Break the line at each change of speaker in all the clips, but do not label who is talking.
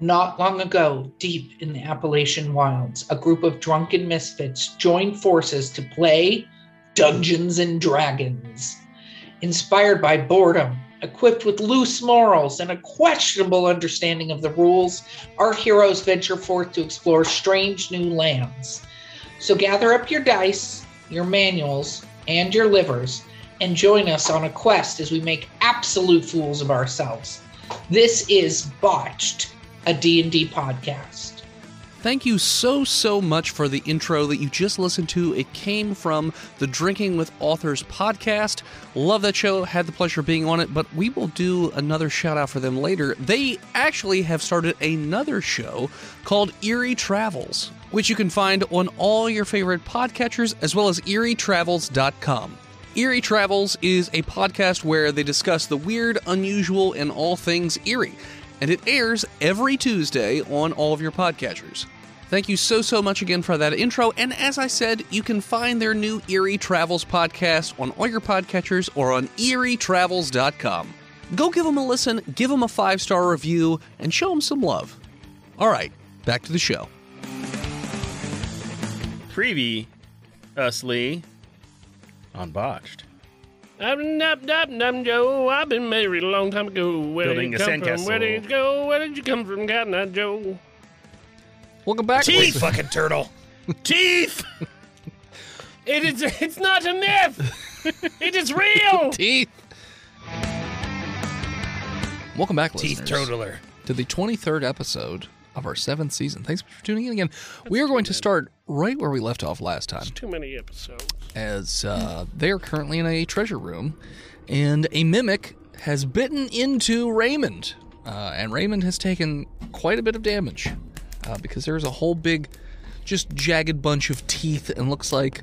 Not long ago, deep in the Appalachian wilds, a group of drunken misfits joined forces to play Dungeons and Dragons. Inspired by boredom, equipped with loose morals, and a questionable understanding of the rules, our heroes venture forth to explore strange new lands. So gather up your dice, your manuals, and your livers, and join us on a quest as we make absolute fools of ourselves. This is Botched a D&D podcast.
Thank you so, so much for the intro that you just listened to. It came from the Drinking with Authors podcast. Love that show. Had the pleasure of being on it, but we will do another shout out for them later. They actually have started another show called Erie Travels, which you can find on all your favorite podcatchers as well as erietravels.com. Erie Travels is a podcast where they discuss the weird, unusual, and all things eerie and it airs every Tuesday on all of your podcatchers. Thank you so, so much again for that intro. And as I said, you can find their new Erie Travels podcast on all your podcatchers or on erietravels.com. Go give them a listen, give them a five star review, and show them some love. All right, back to the show.
previously on botched
I'm nap nap num Joe. I've been married a long time ago. Where
Building
did
a
you come from? Where did
sandcastle.
you go? Where did you come from, Cotton Eye Joe?
Welcome back.
teeth fucking turtle teeth
It is. It's not a myth. it is real.
Teeth. Welcome back,
teeth
listeners.
turtler
to the 23rd episode of our seventh season. Thanks for tuning in again. we are going to start right where we left off last time,
Too many episodes.
as uh, they are currently in a treasure room, and a mimic has bitten into Raymond, uh, and Raymond has taken quite a bit of damage uh, because there's a whole big, just jagged bunch of teeth, and looks like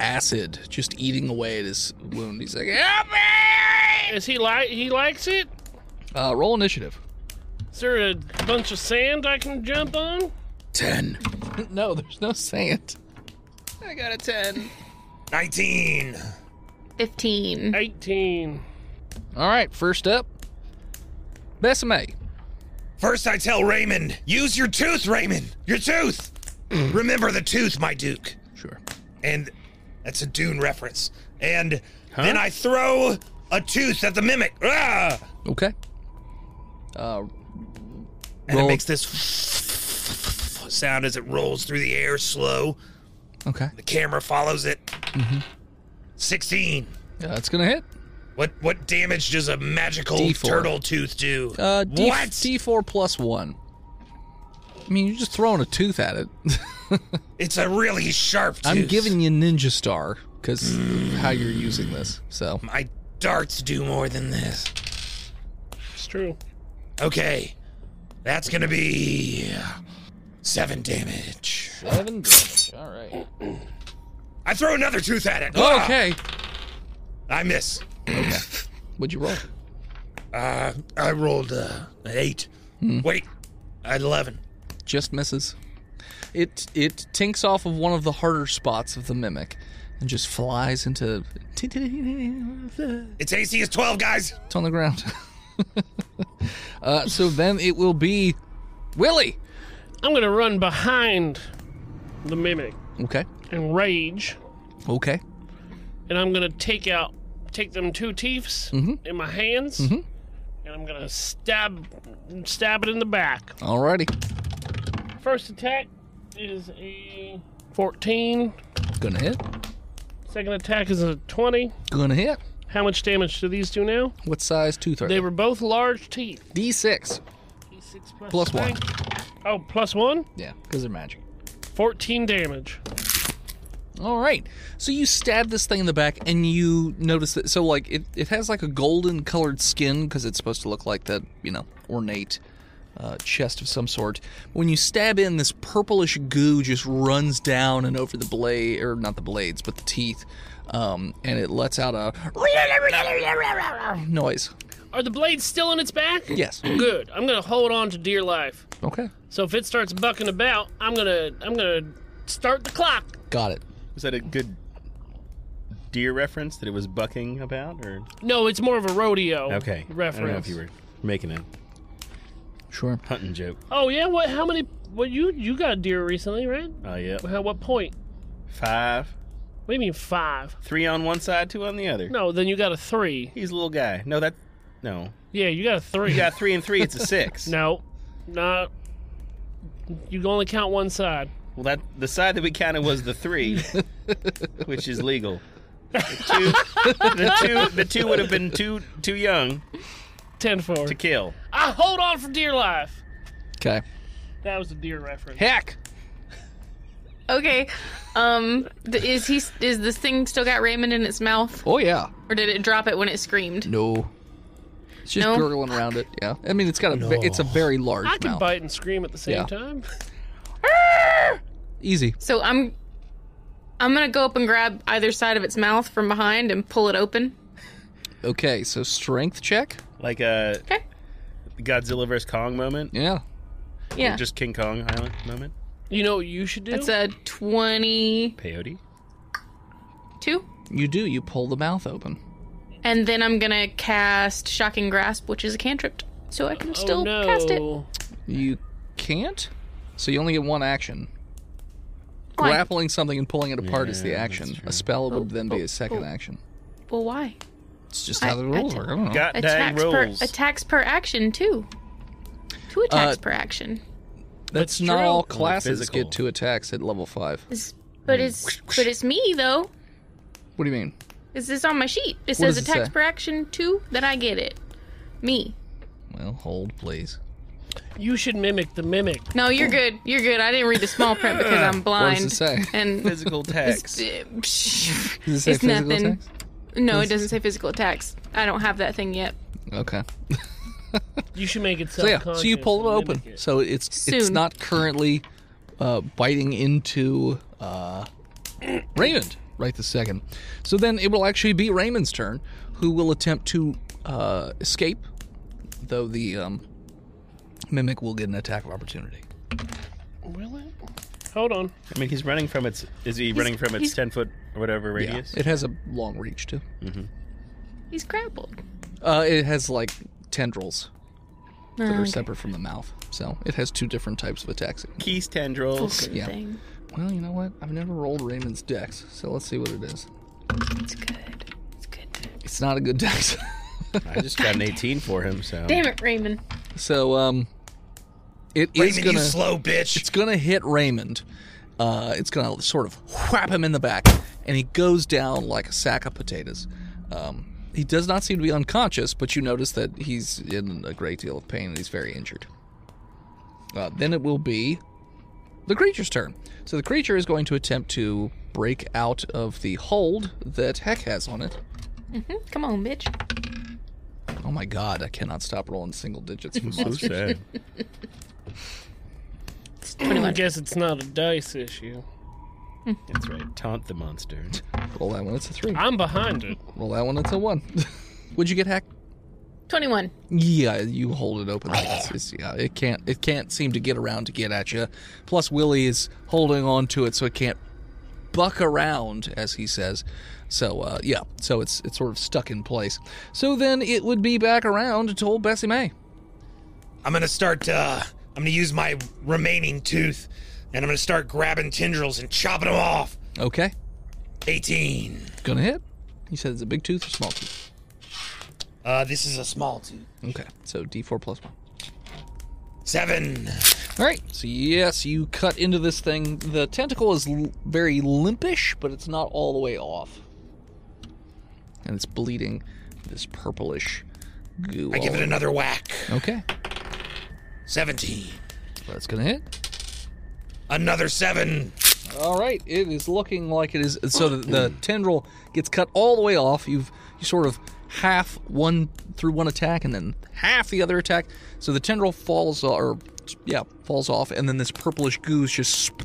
acid just eating away at his wound. He's like, "Help me!"
Is he like? He likes it.
Uh, roll initiative.
Is there a bunch of sand I can jump on?
Ten. no, there's no sand. I got a ten.
19
15.
Eighteen.
All right, first up, Besame.
first i tell raymond use your tooth raymond your tooth
Mm.
remember the tooth my duke
Sure.
and that's a dune reference and then i throw a tooth at the mimic ah!
Okay. Uh,
and
Roll.
it makes this sound as it rolls through the air slow
okay.
the camera follows it
Mm-hmm.
16
Yeah, it's gonna hit.
What what damage does a magical
D4.
turtle tooth do?
Uh, D-
what?
D4 plus one. I mean, you're just throwing a tooth at it.
it's a really sharp tooth.
I'm giving you Ninja Star because how you're using this. So
my darts do more than this.
It's true.
Okay, that's gonna be seven damage.
seven damage. All right.
I throw another tooth at it. Ah!
Okay.
I miss.
What'd you roll?
Uh, I rolled uh, an eight.
Hmm.
Wait, an eleven.
just misses. It it tinks off of one of the harder spots of the mimic, and just flies into it's
Its AC is twelve, guys.
on the ground. uh, so then it will be Willie.
I'm gonna run behind the mimic
Okay.
and rage,
Okay.
and I'm gonna take out take them two teeths
Mm-hmm.
in my hands, and I'm gonna stab stab it in the back.
Oh. Alrighty.
First attack is a 14.
Gonna hit.
Second attack is a 20.
Gonna hit.
How much damage do these do now?
What size tooth are
They
they?
were both large teeth.
D6
D6
plus one.
Oh, plus one?
Yeah, because they're magic.
14 damage.
All right. So you stab this thing in the back, and you notice that. So like it, it has like a golden colored skin because it's supposed to look like that, you know, ornate uh, chest of some sort. When you stab in, this purplish goo just runs down and over the blade, or not the blades, but the teeth, um, and it lets out a noise.
Are the blades still in its back?
Yes.
Good. I'm going to hold on to dear life.
Okay.
So if it starts bucking about, I'm going to I'm going to start the clock.
Got it.
Was that a good deer reference that it was bucking about, or
No, it's more of a rodeo
okay? I
reference.
don't know if you were making a
Sure.
Hunting joke.
Oh yeah, what? How many? Well, you you got deer recently, right?
Oh, yeah.
How, what point?
Five.
What do you mean five?
Three on one side, two on the other.
No, then you got a three.
He's a little guy. No, that. No.
Yeah, you got a three.
You got three and three, it's a six.
No, not. You only count one side.
Well, that the side that we counted was the three, which is legal. The two, the two, the two would have been too too young
Ten four.
to kill.
I hold on for dear life.
Okay.
That was the deer reference.
Heck.
Okay. Um, th- is he? Is this thing still got Raymond in its mouth,
Oh yeah.
or did it drop it when it screamed?
No. It's just
No?
gurgling around it. Yeah. I mean, it's got a. ve- It's a very large
I can
mouth.
bite and scream at the same
Yeah.
time.
Easy.
So I'm, I'm gonna go up and grab either side of its mouth from behind and pull it open.
Okay. So strength check.
Like a
Okay.
Godzilla vs Kong moment,
Yeah.
Yeah.
just King Kong Island moment.
You know what you should do?
That's a twenty-two,
Peyote.
You do. You pull the mouth open.
and then I'm gonna cast Shocking Grasp, which is a cantrip, so I can
oh,
still
no.
cast it.
You can't. So you only get one action.
Why?
Grappling something and pulling it apart is the
Yeah,
action.
that's true.
A spell would then be
oh,
a second
oh.
action.
Well, why?
It's just
I-
how the
I
rules
t-
work. I don't know.
God Uh, dang
Attacks per
rolls.
attacks per action too. Two attacks
Uh,
per action.
That's
That's
not
true.
all
Only
classes
physical.
get two attacks at level five.
It's- but it's but it's me though.
What do you mean?
Is this on my sheet? It
What
says
does it
attacks
say?
per action two. Then I get it. Me.
Well, hold please.
You should mimic the mimic.
No, you're good. You're good. I didn't read the small print because I'm
What
blind.
does it say?
And
Physical attacks.
it's,
Does it say
it's
physical
nothing.
attacks?
No, it doesn't say physical attacks. I don't have that thing yet.
Okay.
You should make it
So yeah,
self-conscious.
so you pull it
and
open.
mimic it.
So it's it's
Soon.
not currently uh, biting into uh, Raymond right this second. So then it will actually be Raymond's turn, who will attempt to uh, escape, though the um, mimic will get an attack of opportunity.
Will it? Hold on.
I mean, he's running from its. Is he running from its
he's-
ten foot or whatever
Yeah,
radius?
it has a long reach too.
He's grappled.
Uh, it has like tendrils that
Oh,
are
okay.
separate from the mouth, so it has two different types of attacks.
Keys tendrils.
Good
yeah.
thing.
Well, you know what? I've never rolled Raymond's dex, so let's see what it is.
It's good. It's good.
It's not a good dex.
I just got an eighteen for him. So
Damn it, Raymond.
So um, it is
Raymond,
gonna
you slow bitch.
it's gonna hit Raymond. Uh, it's gonna sort of whap him in the back, and he goes down like a sack of potatoes. Um, he does not seem to be unconscious, but you notice that he's in a great deal of pain and he's very injured. Uh, then it will be the creature's turn. So the creature is going to attempt to break out of the hold that Heck has on it.
Mhm. Come on, bitch.
Oh my god, I cannot stop rolling single digits for
So
monsters.
sad.
It's
I
21.
guess it's not a dice issue.
That's right. Taunt the monster.
Roll that one, it's a three.
I'm behind it.
Roll that one. It's a one. Would you get hacked?
21.
Yeah, you hold it open. It's, it's- yeah, it can't. It can't seem to get around to get at you. Plus, Willie is holding on to it, so it can't buck around, as he says. So uh, yeah, so it's it's sort of stuck in place. So then it would be back around to old Bessie May.
I'm gonna start. Uh, I'm gonna use my remaining tooth, and I'm gonna start grabbing tendrils and chopping them off.
Okay,
18.
gonna hit. You said it's a big tooth or small tooth.
Uh, this is a small tooth.
Okay, so D4 plus one.
Seven.
All right. So yes, you cut into this thing. The tentacle is l- very limpish, but it's not all the way off, and it's bleeding this purplish goo.
I give
all
it another whack.
over. Okay,
17.
that's gonna hit.
Another seven.
All right. It is looking like it is. So the, the tendril gets cut all the way off. You've you sort of half one through one attack, and then half the other attack. So the tendril falls, uh, or yeah, falls off, and then this purplish goo is just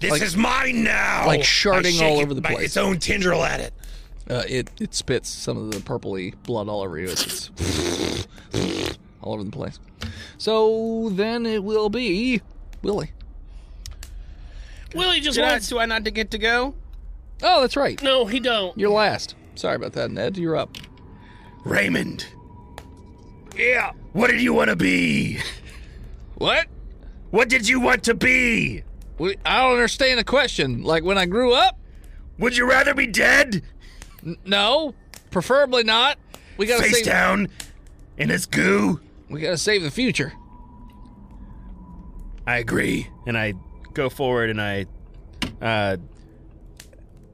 This is mine now.
like
I
sharding
shake
all
it
over the
by
place.
Its own tendril at it.
Uh, it it spits some of the purpley blood all over you. It's, it's all over the place. So then it will be Willie.
Willie just
Did I,
wants.
do I not get to go?
Oh, that's right.
No, he don't.
You're last. Sorry about that, Ned. You're up.
Raymond.
Yeah. What did you want to be?
What?
What did you want to be?
We- I don't understand the question. Like when I grew up?
Would you rather be dead?
No, preferably not. We gotta
Face
save.
down in his goo?
We gotta save the future.
I agree.
and I go forward and I uh,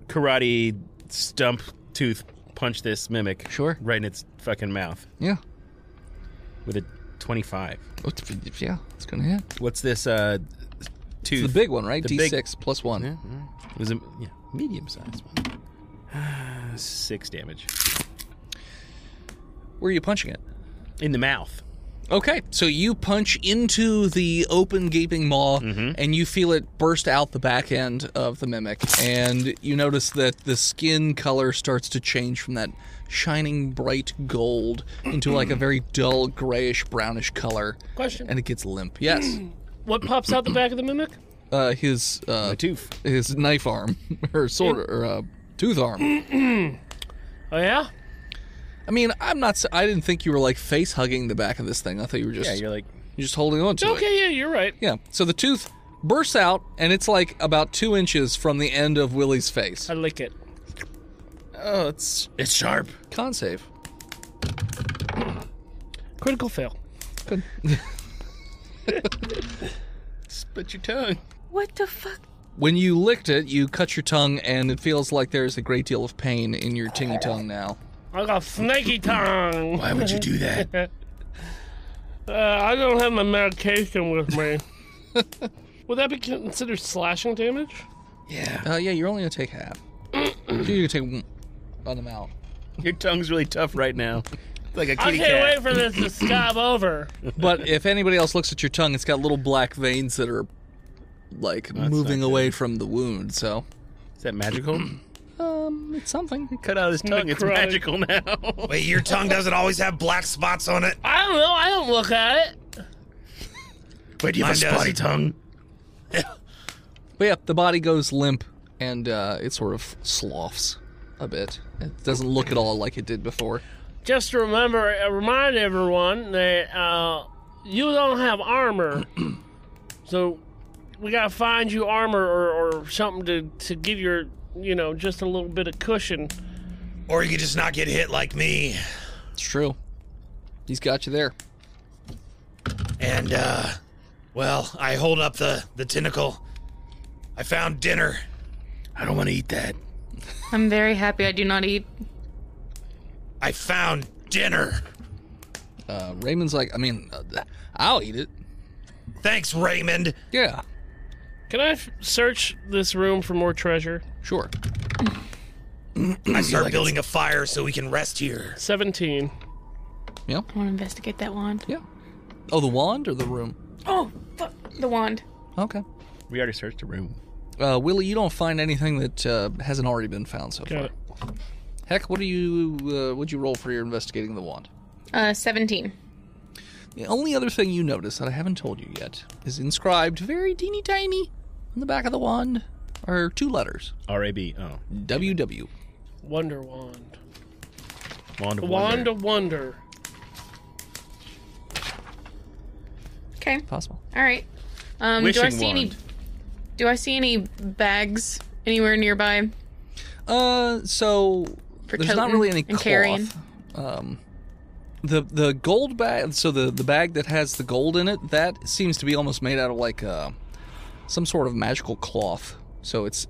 karate stump tooth punch this mimic
Sure.
right in its fucking mouth
Yeah.
with a 25.
What the- Yeah, it's gonna hit.
What's this uh, tooth?
It's the big one, right?
The
D6
big-
plus one.
Yeah, yeah. It was a yeah, medium sized one. Six damage
Where are you punching it?
in the mouth.
Okay, so you punch into the open gaping maw
Mm-hmm.
and you feel it burst out the back end of the mimic. And you notice that the skin color starts to change from that shining bright gold into like
Mm-hmm.
a very dull grayish brownish color.
Question.
And it gets limp. Yes.
What pops out the back of the mimic?
Uh, his uh,
A tooth.
his knife arm or sword or uh, tooth arm.
Oh yeah.
I mean, I'm not. s- I didn't think you were like face hugging the back of this thing. I thought you were just
Yeah, you're like
you're just holding on to it.
Okay, yeah, you're right.
Yeah. So the tooth bursts out, and it's like about two inches from the end of Willie's face.
I lick it.
oh, it's it's sharp.
Con save.
Critical fail.
Split your tongue.
What the fuck?
When you licked it, you cut your tongue, and it feels like there's a great deal of pain in your tingy tongue now.
I got snaky tongue.
Why would you do that?
Uh, I don't have my medication with me. Would that be considered slashing damage?
yeah.
Uh, yeah, you're only gonna take half. so you can take one on the mouth.
Your tongue's really tough right now. It's like a
I
kitty
can't
cat.
wait for this to scob over.
But if anybody else looks at your tongue, it's got little black veins that are like moving
not
away from the wound. So,
Is that magical?
um, it's something.
Cut out his tongue. It's
Necrotic.
magical now.
Wait, your tongue doesn't always have black spots on it.
I don't know. I don't look at it.
Wait, you have a spotty tongue.
But yeah, the body goes limp and uh, it sort of sloughs a bit. It doesn't look at all like it did before.
Just to remember, uh, remind everyone that uh, you don't have armor, so we gotta find you armor or, or something to to give your you know just a little bit of cushion.
Or you could just not get hit like me.
It's true. He's got you there.
And uh well, I hold up the the tentacle. I found dinner. I don't want to eat that.
I'm very happy I do not eat.
I found dinner.
Uh, Raymond's like, I mean, uh, I'll eat it.
Thanks, Raymond.
Yeah,
Can I f- search this room for more treasure?
sure.
I start building a fire so we can rest here.
Seventeen.
I want to investigate that wand.
Yeah. Oh, the wand or the room?
Oh, fuck. The wand.
Okay.
We already searched a room.
Uh, Willie, you don't find anything that uh, hasn't already been found so far.
Got it.
Heck, what do you? Uh, what'd you roll for your investigating the wand?
Uh, 17.
The only other thing you notice that I haven't told you yet is inscribed very teeny tiny on the back of the wand are two letters.
R A B. Oh,
WW.
Wonder wand.
wand of
Wand
wonder.
of wonder.
Okay.
Possible.
All right. Um, do I
Wishing
see any?
wand.
Do I see any bags anywhere nearby?
Uh, so
For
there's not
toting
really any
and
cloth.
carrying.
Um, the the gold bag. So the the bag that has the gold in it that seems to be almost made out of like uh, some sort of magical cloth. So it's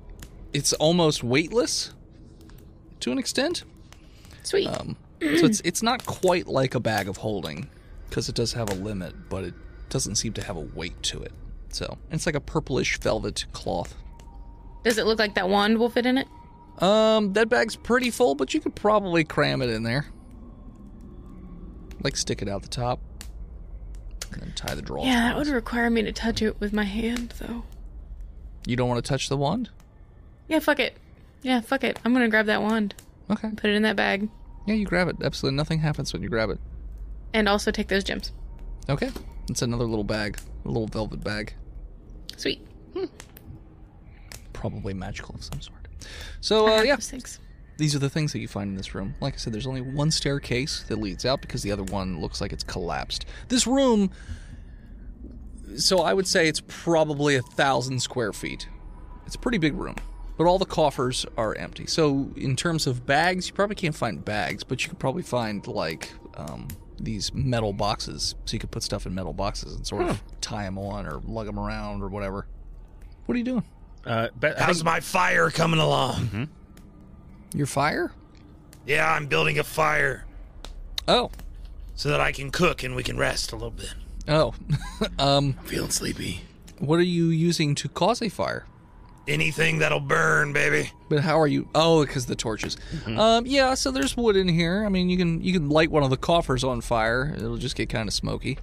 it's almost weightless to an extent.
Sweet.
um, so it's it's not quite like a bag of holding because it does have a limit, but it doesn't seem to have a weight to it. So and it's like a purplish velvet cloth.
Does it look like that wand will fit in it?
Um, that bag's pretty full, but you could probably cram it in there. Like stick it out the top, and then tie the drawstring.
Yeah, that would require me to touch it with my hand, though.
You don't want to touch the wand.
Yeah, fuck it. Yeah, fuck it. I'm gonna grab that wand,
Okay.
put it in that bag,
Yeah, you grab it. Absolutely nothing happens when you grab it.
and also take those gems.
Okay. It's another little bag, a little velvet bag,
Sweet.
probably magical of some sort. So uh,
I have
Oh, yeah,
those things.
These are the things that you find in this room. Like I said, there's only one staircase that leads out because the other one looks like it's collapsed. This room, so I would say it's probably a thousand square feet. It's a pretty big room, but all the coffers are empty. So in terms of bags, you probably can't find bags, but you could probably find like um, these metal boxes. So you could put stuff in metal boxes and sort of tie them on or lug them around or whatever. What are you doing?
Uh, but I
How's
think,
my fire coming along?
Mm-hmm.
Your fire?
Yeah, I'm building a fire
Oh,
so that I can cook and we can rest a little bit.
oh. um,
I'm feeling sleepy.
what are you using to cause a fire?
Anything that'll burn, baby.
But how are you? Oh, because the torches.
Mm-hmm.
Um, yeah. So there's wood in here. I mean, you can you can light one of the coffers on fire. It'll just get kind of smoky.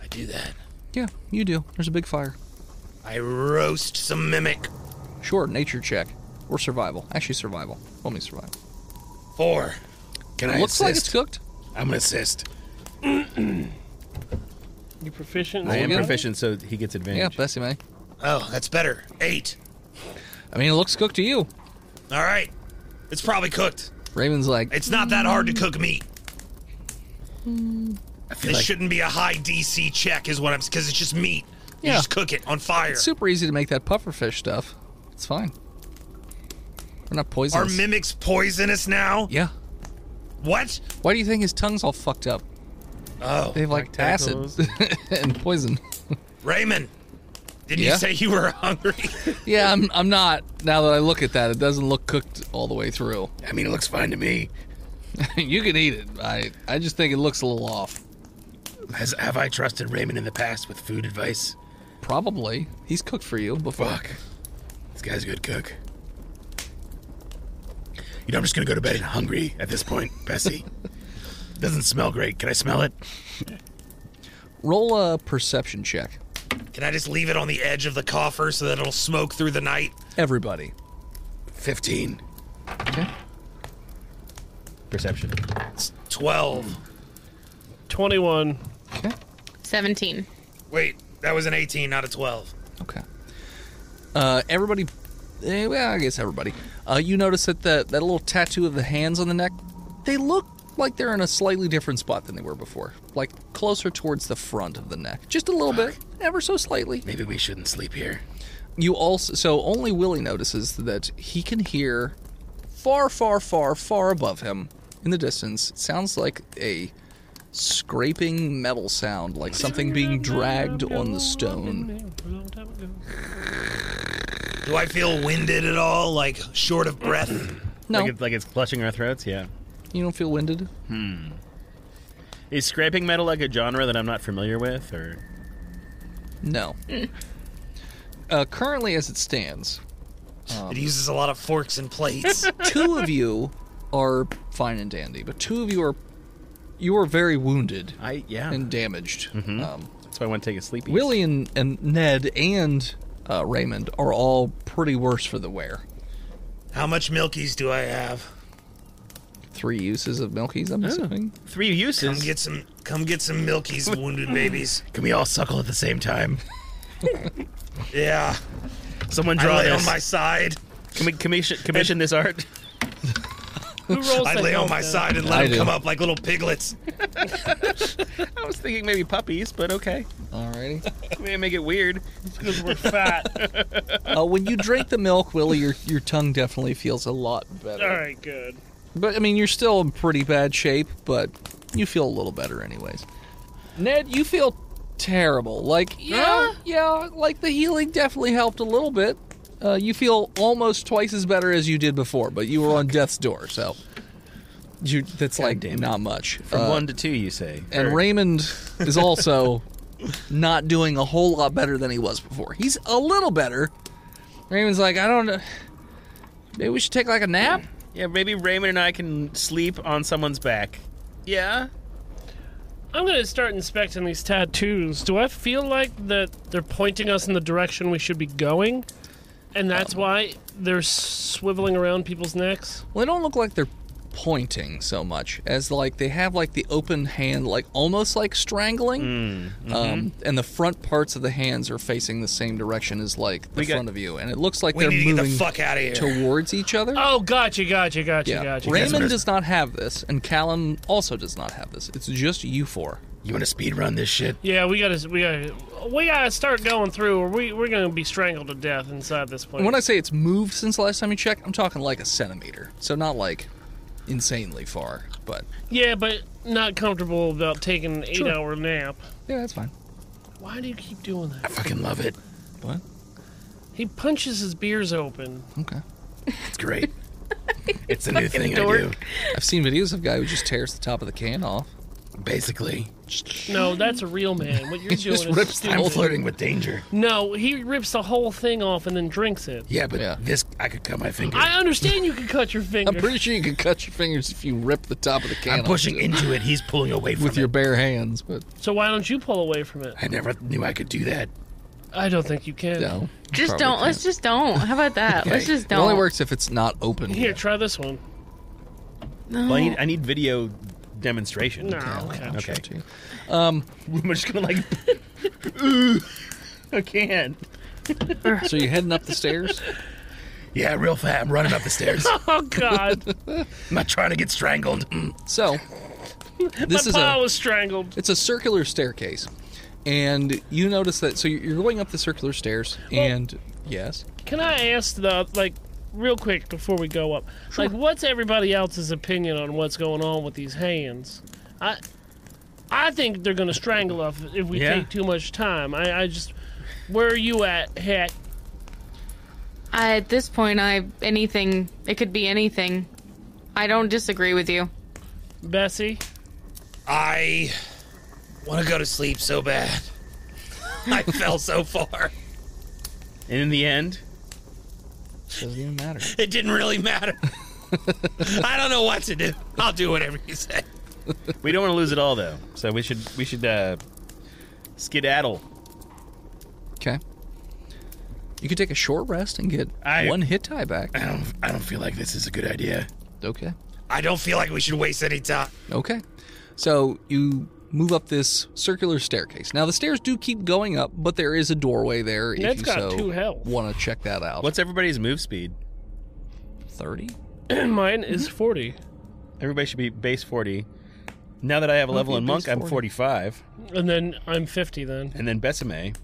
I do that.
Yeah, you do. There's a big fire.
I roast some mimic.
Sure, nature check or survival. Actually, survival. Only survival.
Four.
Can I
Looks
assist?
like it's cooked.
I'm gonna assist.
You proficient?
I
I am
Yeah.
proficient, so he gets
Yeah,
advantage.
Bessie May.
Oh, that's better. Eight.
I mean, it looks cooked to you.
All right. It's probably cooked.
Raven's like,
It's not that hard to cook meat.
Hmm. I feel
This
like
shouldn't be a high DC check, is what I'm because it's just meat. You
Yeah.
just cook it on fire.
it's super easy to make that pufferfish stuff. It's fine. We're not
Are
poisonous.
mimics poisonous now?
yeah.
What?
Why do you think his tongue's all fucked up?
Oh,
They have like acid
tentacles.
and poison.
Raymond. Didn't
Yeah?
you say you were hungry?
Yeah, I'm, I'm not. Now that I look at that, it doesn't look cooked all the way through.
I mean, it looks fine to me.
you can eat it. I, I just think it looks a little off.
Has, have I trusted Raymond in the past with food advice?
Probably. He's cooked for you before.
Fuck. This guy's a good cook. You know, I'm just gonna go to bed hungry at this point, Bessie. Doesn't smell great. Can I smell it?
Roll a perception check.
Can I just leave it on the edge of the coffer so that it'll smoke through the night?
Everybody.
15.
Okay.
Perception.
It's 12.
21.
Okay.
17.
Wait, that was an 18, not a 12.
Okay. Uh, everybody. eh, well, I guess everybody. Uh, you notice that the, that little tattoo of the hands on the neck, they look like they're in a slightly different spot than they were before. Like closer towards the front of the neck. Just a little bit. Ever so slightly.
Maybe we shouldn't sleep here.
you also so only Willie notices that he can hear far, far, far, far above him in the distance. It sounds like a scraping metal sound, like something being dragged on the stone.
Do I feel winded at all? Like short of breath?
No,
Like, it's, like it's clutching our throats? Yeah.
you don't feel winded.
Is scraping metal like a genre that I'm not familiar with? Or
No. Uh, currently, as it stands,
it uses a lot of forks and plates.
two of you are fine and dandy, but two of you are you are very wounded
I yeah.
and damaged. Um,
That's why I want to take a sleepy.
Willie and, and Ned and uh, Raymond are all pretty worse for the wear.
How much milkies do I have?
Three uses of Milky's, I'm assuming.
three
Come
uses.
get some come get some milkies, wounded babies.
Can we all suckle at the same time?
Yeah.
Someone
I
draw
lay on
this.
my side.
Can we commission commission this art?
Who rolls
I
that
lay on
health
my
down?
side and
I
let them
do.
come up like little piglets.
I was thinking maybe puppies, but okay.
Alrighty.
We didn't make it weird.
Because we're fat.
uh, when you drink the milk, Willie, your, your tongue definitely feels a lot better.
All right, good.
But, I mean, you're still in pretty bad shape, but you feel a little better, anyways. Ned, you feel terrible. Like, yeah, yeah, like the healing definitely helped a little bit. Uh, you feel almost twice as better as you did before, but you were on death's door, so. You, that's like not much.
From
Uh,
one to two, you say.
And
Or-
Raymond is also not doing a whole lot better than he was before. He's a little better. Raymond's like, I don't know. Maybe we should take like a nap.
Yeah, maybe Raymond and I can sleep on someone's back. Yeah.
I'm gonna start inspecting these tattoos. Do I feel like that they're pointing us in the direction we should be going, and that's why they're swiveling around people's necks?
Well, they don't look like they're pointing so much as like they have like the open hand like almost like strangling um, and the front parts of the hands are facing the same direction as like the
We got-
front of you and it looks like
We
they're
need to get
moving
the fuck out of here.
towards each other
Oh, gotcha, gotcha, gotcha,
yeah
gotcha.
raymond does not have this and callum also does not have this it's just you four
You want to speed run this shit?
Yeah, we gotta, we gotta, we gotta start going through, or we we're gonna be strangled to death inside this place.
And when I say it's moved since the last time you checked, I'm talking like a centimeter. So not like insanely far, but
yeah, but not comfortable about taking an
Sure.
eight-hour nap.
yeah, that's fine.
Why do you keep doing
I
that?
fucking love it.
What?
He punches his beers open.
Okay.
It's great. it's a new thing I do.
dork.
I've seen videos of a guy who just tears the top of the can off.
Basically,
No, that's a real man. What you're doing
just
is
rips
stupid.
I'm flirting with danger.
No, he rips the whole thing off and then drinks it.
Yeah, but
Yeah.
this I could cut my finger.
I understand you could cut your finger.
I'm pretty sure you could cut your fingers if you rip the top of the can
I'm
off
pushing into it. He's pulling away from
with your
it.
bare hands, but
so why don't you pull away from it?
I never knew I could do that.
I don't think you can.
no.
Just
probably
don't. Let's
can't.
just don't. How about that? Let's just
It
don't.
only works if it's not open.
Here,
yet.
try this one.
Well, I need, I need video demonstration.
No,
Okay.
okay.
Okay.
To you.
I'm just gonna like. I can't.
So you're heading up the stairs.
Yeah, real fast. I'm running up the stairs. I'm
Oh God,
not trying to get strangled.
So this is
my
a
paw was strangled.
it's a circular staircase, and you notice that. So you're going up the circular stairs, and yes,
Can I ask the like real quick before we go up? Like, what's everybody else's opinion on what's going on with these hands? I I think they're gonna strangle us if we
Yeah.
take too much time. I, I just where are you at, Hat?
I, at this point, I anything. It could be anything. I don't disagree with you.
Bessie?
I want to go to sleep so bad. I fell so far.
And in the end,
doesn't even matter.
It didn't really matter. I don't know what to do. I'll do whatever you say.
we don't want to lose it all though. So we should we should uh, skedaddle.
Okay. You could take a short rest and get
I-
one hit die back.
I don't. I don't feel like this is a good idea.
Okay.
I don't feel like we should waste any time.
Okay. So you move up this circular staircase. Now the stairs do keep going up, but there is a doorway there if
Ned's
you
got
so
two health.
want to check that out.
What's everybody's move speed?
thirty?
Mine is forty.
Everybody should be base forty. Now that I have a level
be
in
base
monk, I'm
40.
forty-five,
And then I'm fifty then.
and then Besame.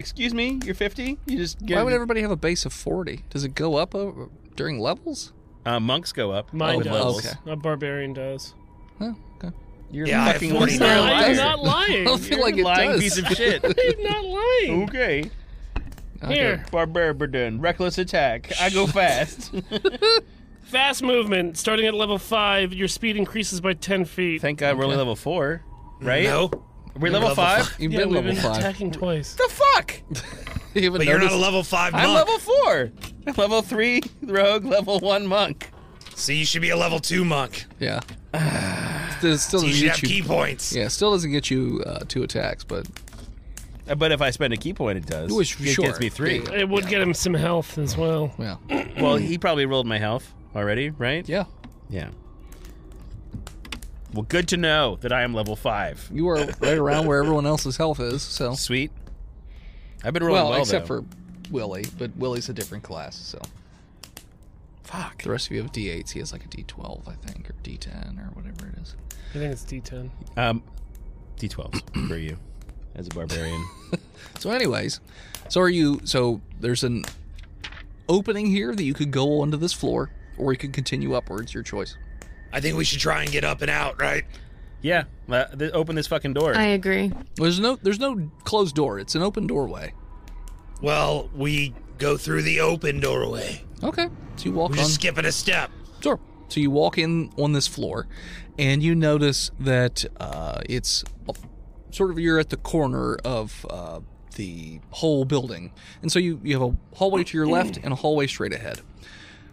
Excuse me, you're fifty. You just get,
Why would everybody have a base of forty? Does it go up over, during levels?
uh, monks go up.
Mine
with
does.
levels.
okay.
A barbarian does.
Huh, okay.
You're
Yeah, I have
fucking
49.
lying.
I'm
liar.
not lying.
I don't feel
You're
like
a
it
lying
does.
piece of shit.
I'm not lying.
okay.
Okay.
Here,
Barbarian, reckless attack. I go fast.
fast movement. Starting at level five, your speed increases by ten feet.
Thank God we're only level four, right?
No,
we're level,
level
five.
You've
yeah,
been
we've
level
been
five.
attacking twice.
The fuck!
You haven't
but you're not a
noticed?
level five monk,
I'm level four. I'm level three rogue, level one monk.
so you should be a level two monk.
Yeah. Still- still
So you
doesn't
should have
get
key
you.
points.
Yeah, still doesn't get you uh, two attacks, but
Uh, But if I spend a key point, it does.
Which-
it
sure.
gets me three.
Yeah.
It would get him some health as well.
yeah,
Well, he probably rolled my health already, right?
yeah.
Yeah. Well, good to know that I am level five.
You are right around where everyone else's health is. So
Sweet. I've been rolling
well,
well,
except
though.
for Willie, but Willie's a different class. So fuck. The rest of you have D8s. He has like a D12, I think, or D10, or whatever it is.
I think it's D10.
um, d12 for you as a barbarian.
So, anyways, so are you? So there's an opening here that you could go onto this floor, or you could continue upwards. Your choice.
I think we should try and get up and out, right?
yeah, uh, th- open this fucking door.
I agree.
Well, there's no there's no closed door. It's an open doorway.
Well, we go through the open doorway.
Okay. So you walk
We're
on.
just skipping a step.
Sure. So you walk in on this floor, and you notice that uh, it's sort of you're at the corner of uh, the whole building, and so you you have a hallway to your left and a hallway straight ahead,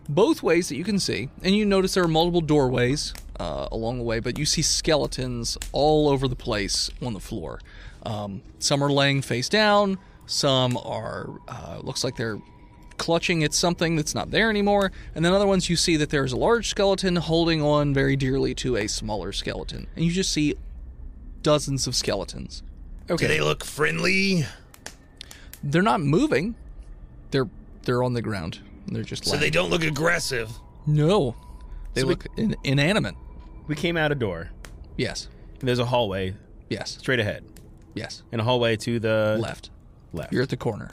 both ways that you can see, and you notice there are multiple doorways uh, along the way, but you see skeletons all over the place on the floor. Um, some are laying face down. Some are uh, looks like they're clutching at something that's not there anymore. And then other ones you see that there's a large skeleton holding on very dearly to a smaller skeleton. And you just see dozens of skeletons.
Do they look friendly?
They're not moving. They're they're on the ground. They're just
So
like
they don't look aggressive.
no. They
So we-
look in, inanimate.
We came out a door.
Yes.
There's a hallway
Yes.
straight ahead,
Yes.
and a hallway to the
Left.
Left.
You're at the corner.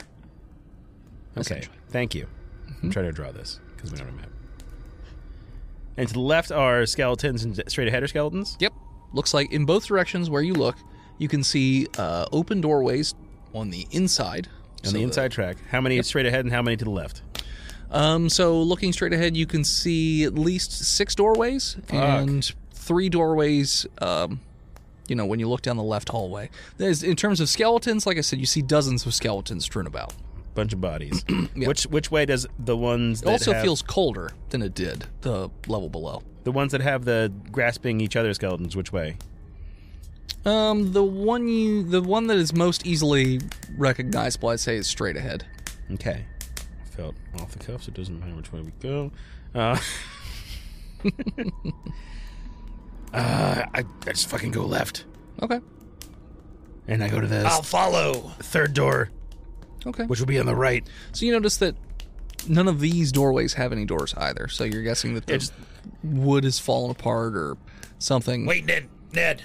Okay. Thank you.
Mm-hmm.
I'm trying to draw this because we don't have a map. And to the left are skeletons, and straight ahead are skeletons.
Yep. Looks like in both directions where you look, you can see uh, open doorways on the inside.
On
So
the inside track, how many straight ahead and how many to the left?
Um, so looking straight ahead, you can see at least six doorways and three doorways. Um, you know, when you look down the left hallway, There's, in terms of skeletons, like I said, you see dozens of skeletons strewn about.
Bunch of bodies. Which which way does the ones
It
that
also
have,
feels colder than it did the level below.
the ones that have the grasping each other skeletons? Which way?
Um, the one you, the one that is most easily recognizable, I'd say, is straight ahead.
Okay. Felt off the cuffs. It doesn't matter which way we go. Uh,
Uh, I, I just fucking go left.
Okay.
And I go to the
I'll follow.
third door,
Okay.
which will be on the right.
So you notice that none of these doorways have any doors either. So you're guessing that the
It's-
wood has fallen apart or something.
Wait, Ned. Ned.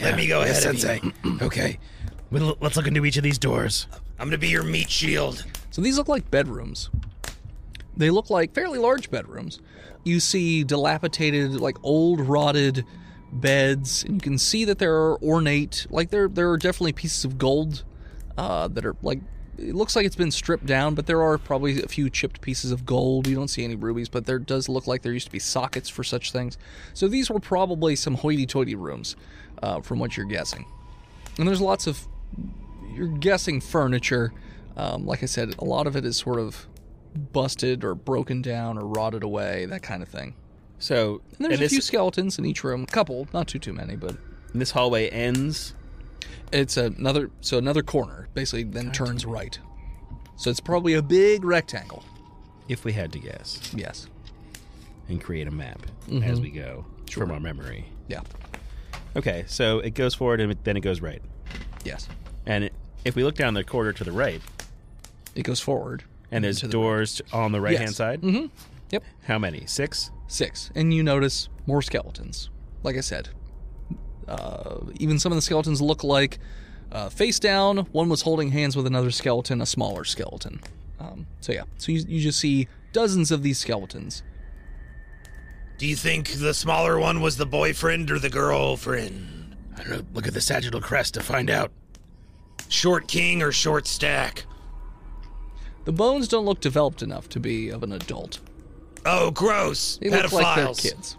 Let me go
yes,
ahead of you.
Sensei. okay. Well, let's look into each of these doors.
I'm gonna be your meat shield.
So these look like bedrooms. They look like fairly large bedrooms. You see dilapidated, like old, rotted beds, and you can see that there are ornate, like there there are definitely pieces of gold uh, that are like. It looks like it's been stripped down, but there are probably a few chipped pieces of gold. You don't see any rubies, but there does look like there used to be sockets for such things. So these were probably some hoity-toity rooms, uh, from what you're guessing. And there's lots of you're guessing furniture. Um, like I said, a lot of it is sort of busted or broken down or rotted away, that kind of thing.
so
And there's
and
a
this,
few skeletons in each room, a couple, not too too many, but
and this hallway ends.
it's another so another corner basically then turns right. So it's probably a big rectangle.
If we had to guess
Yes.
and create a map
Mm-hmm.
as we go from our memory.
Yeah.
Okay, so it goes forward and it- then it goes right.
Yes.
And it, if we look down the corridor to the right,
It goes forward.
and there's doors on the right hand
Yes. Mm-hmm.
side.
Yep.
How many? Six.
Six. And you notice more skeletons. Like I said, uh, even some of the skeletons look like uh, face down. One was holding hands with another skeleton, a smaller skeleton. Um, so, yeah. So you, you just see dozens of these skeletons.
Do you think the smaller one was the boyfriend or the girlfriend?
I don't know. Look at the sagittal crest to find out.
Short king or short stack?
The bones don't look developed enough to be of an adult.
Oh, gross.
They
pedophiles.
look like they're kids.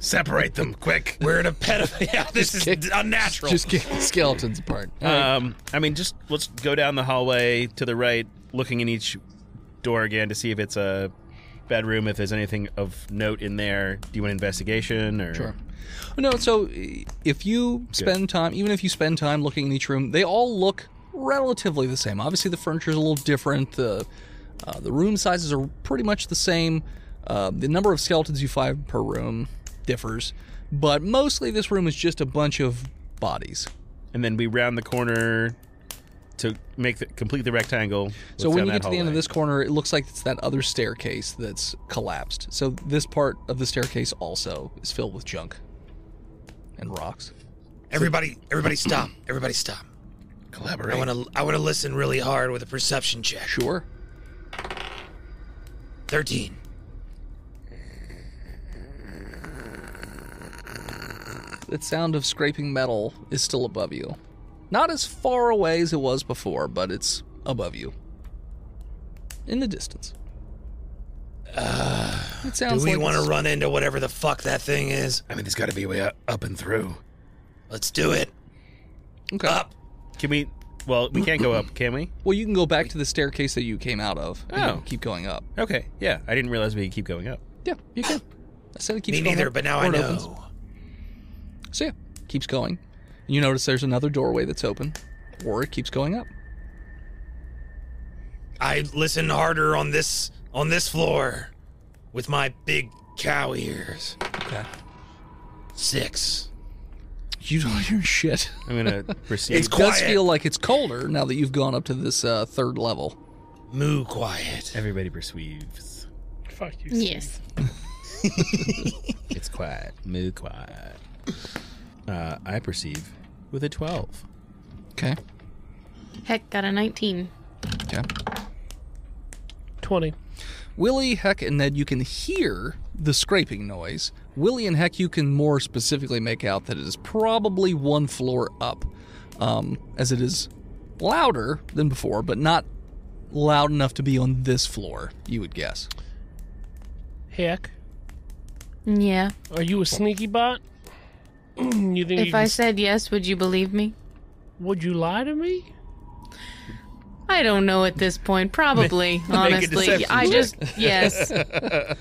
Separate them quick.
We're in a pedophile. Yeah, this is
kidding.
unnatural.
Just get skeletons apart. All right.
Um, I mean, just let's go down the hallway to the right, looking in each door again to see if it's a bedroom, if there's anything of note in there. Do you want investigation or?
Sure. No, so uh, if you spend time, even if you spend time looking in each room, they all look relatively the same. Obviously, the furniture is a little different. The uh, the room sizes are pretty much the same. Uh, the number of skeletons you find per room differs, but mostly this room is just a bunch of bodies.
And then we round the corner to make the, complete the rectangle.
So when
Let's down
you
that
get to the end of
hallway.
this corner, it looks like it's that other staircase that's collapsed. So this part of the staircase also is filled with junk and rocks.
Everybody, everybody stop. Everybody stop.
Collaborate.
I want to I want to listen really hard with a perception check.
Sure.
13.
That sound of scraping metal is still above you. Not as far away as it was before, but it's above you. In the distance. it
Uh, Do
sounds
we
like
want to
it's-
run into whatever the fuck that thing is?
I mean, there's got to be a way up, up and through.
Let's do it.
Okay.
Up.
Can we? Well, we can't go up, can we?
Well, you can go back to the staircase that you came out of. and you
Oh.
can keep going up.
Okay. Yeah, I didn't realize we could keep going up.
Yeah, you can. I said it keeps
Me
going
neither,
up,
but now
or
I
it
know.
opens. So yeah, keeps going. You notice there's another doorway that's open, or it keeps going up.
I listen harder on this on this floor with my big cow ears.
Okay.
Six.
You don't hear shit.
I'm gonna proceed.
it does
quiet.
feel like it's colder now that you've gone up to this uh, third level.
Moo quiet.
Everybody perceives.
Fuck you.
Yes.
It's quiet. Moo quiet. Uh, I perceive with a 12.
Okay.
Heck, got a 19.
Okay.
20.
Willie, Heck, and Ned, you can hear the scraping noise. Willie and Heck, you can more specifically make out that it is probably one floor up, um, as it is louder than before, but not loud enough to be on this floor, you would guess.
Heck.
Yeah.
Are you a sneaky bot? you think you
If I
can-
said yes, would you believe me?
would you lie to me?
I don't know at this point. Probably, honestly.
deception
I just, yes.
Uh,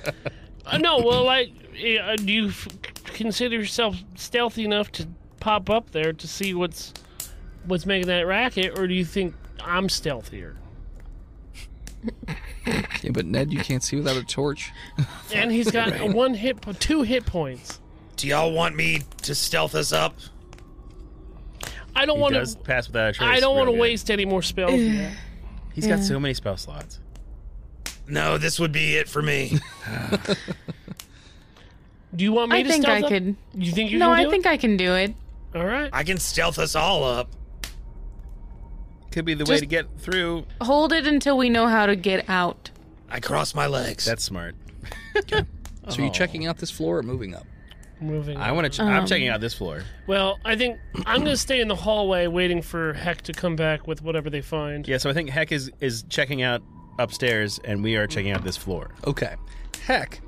no, well, like, eh, uh, do you f- consider yourself stealthy enough to pop up there to see what's what's making that racket, or do you think I'm stealthier?
Yeah, but Ned, you can't see without a torch.
And he's got one hit, po- two hit points.
Do y'all want me to stealth us up?
I don't
He
want
does
to.
pass without a trace.
I don't
real
want to
good.
waste any more spells. yet.
He's got so many spell slots.
No, this would be it for me.
Do you want me
I
to
think
stealth
I
up?
could-
You think you
No,
can
I
do
think I can do it.
It? All right.
I can stealth us all up.
Could be the way
Just-
to get through.
Hold it until we know how to get out.
I cross my legs.
That's smart.
So you checking out this floor or moving up?
Moving.
I want to. Ch- I'm checking out this floor.
Well, I think I'm going to stay in the hallway waiting for Heck to come back with whatever they find.
Yeah, so I think Heck is is checking out upstairs, and we are checking out this floor.
Okay. Heck,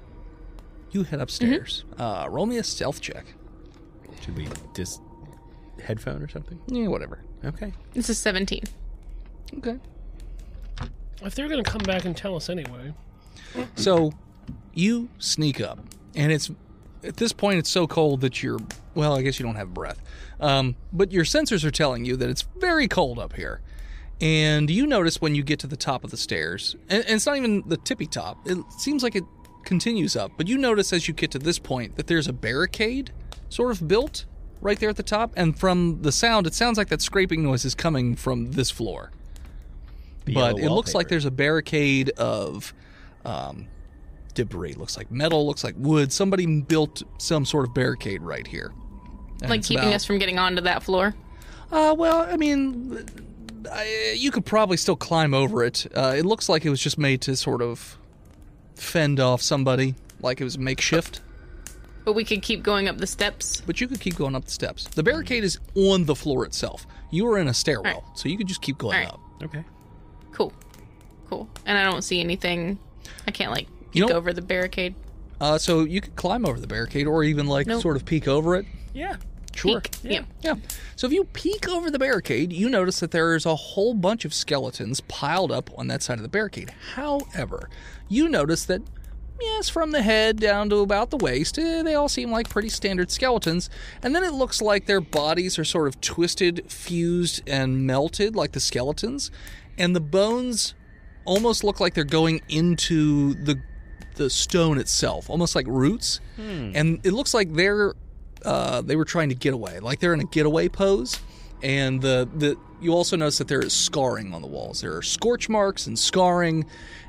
you head upstairs. Uh, roll me a stealth check.
Should we dis headphone or something?
Yeah, whatever.
Okay.
This is 17.
Okay.
If they're going to come back and tell us anyway.
So you sneak up, and it's at this point it's so cold that you're well, I guess you don't have breath, um, but your sensors are telling you that it's very cold up here. And you notice when you get to the top of the stairs, and, and it's not even the tippy top. It seems like it continues up, but you notice as you get to this point that there's a barricade sort of built right there at the top, and from the sound, it sounds like that scraping noise is coming from this floor
The
but
yellow
it looks like
wallpaper.
there's a barricade of um, debris. Looks like metal. Looks like wood. Somebody built some sort of barricade right here. And
like
it's
keeping
about-
us from getting onto that floor.
Uh, well, I mean, I, you could probably still climb over it. Uh, it looks like it was just made to sort of fend off somebody, like it was makeshift.
But we could keep going up the steps.
But you could keep going up the steps. The barricade is on the floor itself. You are in a stairwell, so you could just keep going
All right.
up.
Okay.
Cool. Cool. And I don't see anything. I can't like peek
You don't-
over the barricade.
Uh, so you could climb over the barricade, or even like
Nope.
sort of peek over it.
Yeah.
Sure.
Peek. Yeah.
Yeah. So if you peek over the barricade, you notice that there is a whole bunch of skeletons piled up on that side of the barricade. However, you notice that, yes, from the head down to about the waist, eh, they all seem like pretty standard skeletons. And then it looks like their bodies are sort of twisted, fused, and melted like the skeletons. And the bones almost look like they're going into the the stone itself, almost like roots.
Hmm.
And it looks like they're uh, they were trying to get away, like they're in a getaway pose. And the the you also notice that there is scarring on the walls. There are scorch marks and scarring,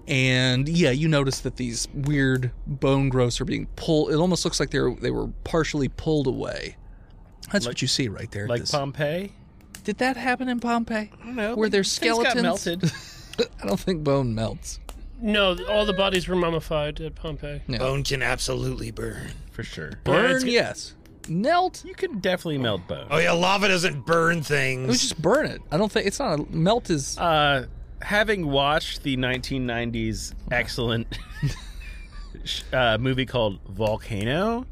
and yeah, you notice that these weird bone growths are being pulled. It almost looks like they're they were partially pulled away. That's what you see right there. at
Like
this-
Pompeii.
Did that happen in Pompeii?
I don't know.
Were there
Things got
skeletons?
melted.
I don't think bone melts.
No, all the bodies were mummified at Pompeii.
Bone can absolutely burn.
For sure.
Yeah, it's
Burn,
good.
yes. Melt.
You could definitely melt bone.
Oh yeah, lava doesn't burn things.
It was just burn it. I don't think it's not a melt is
Uh, having watched the 1990s excellent sh- uh, movie called Volcano,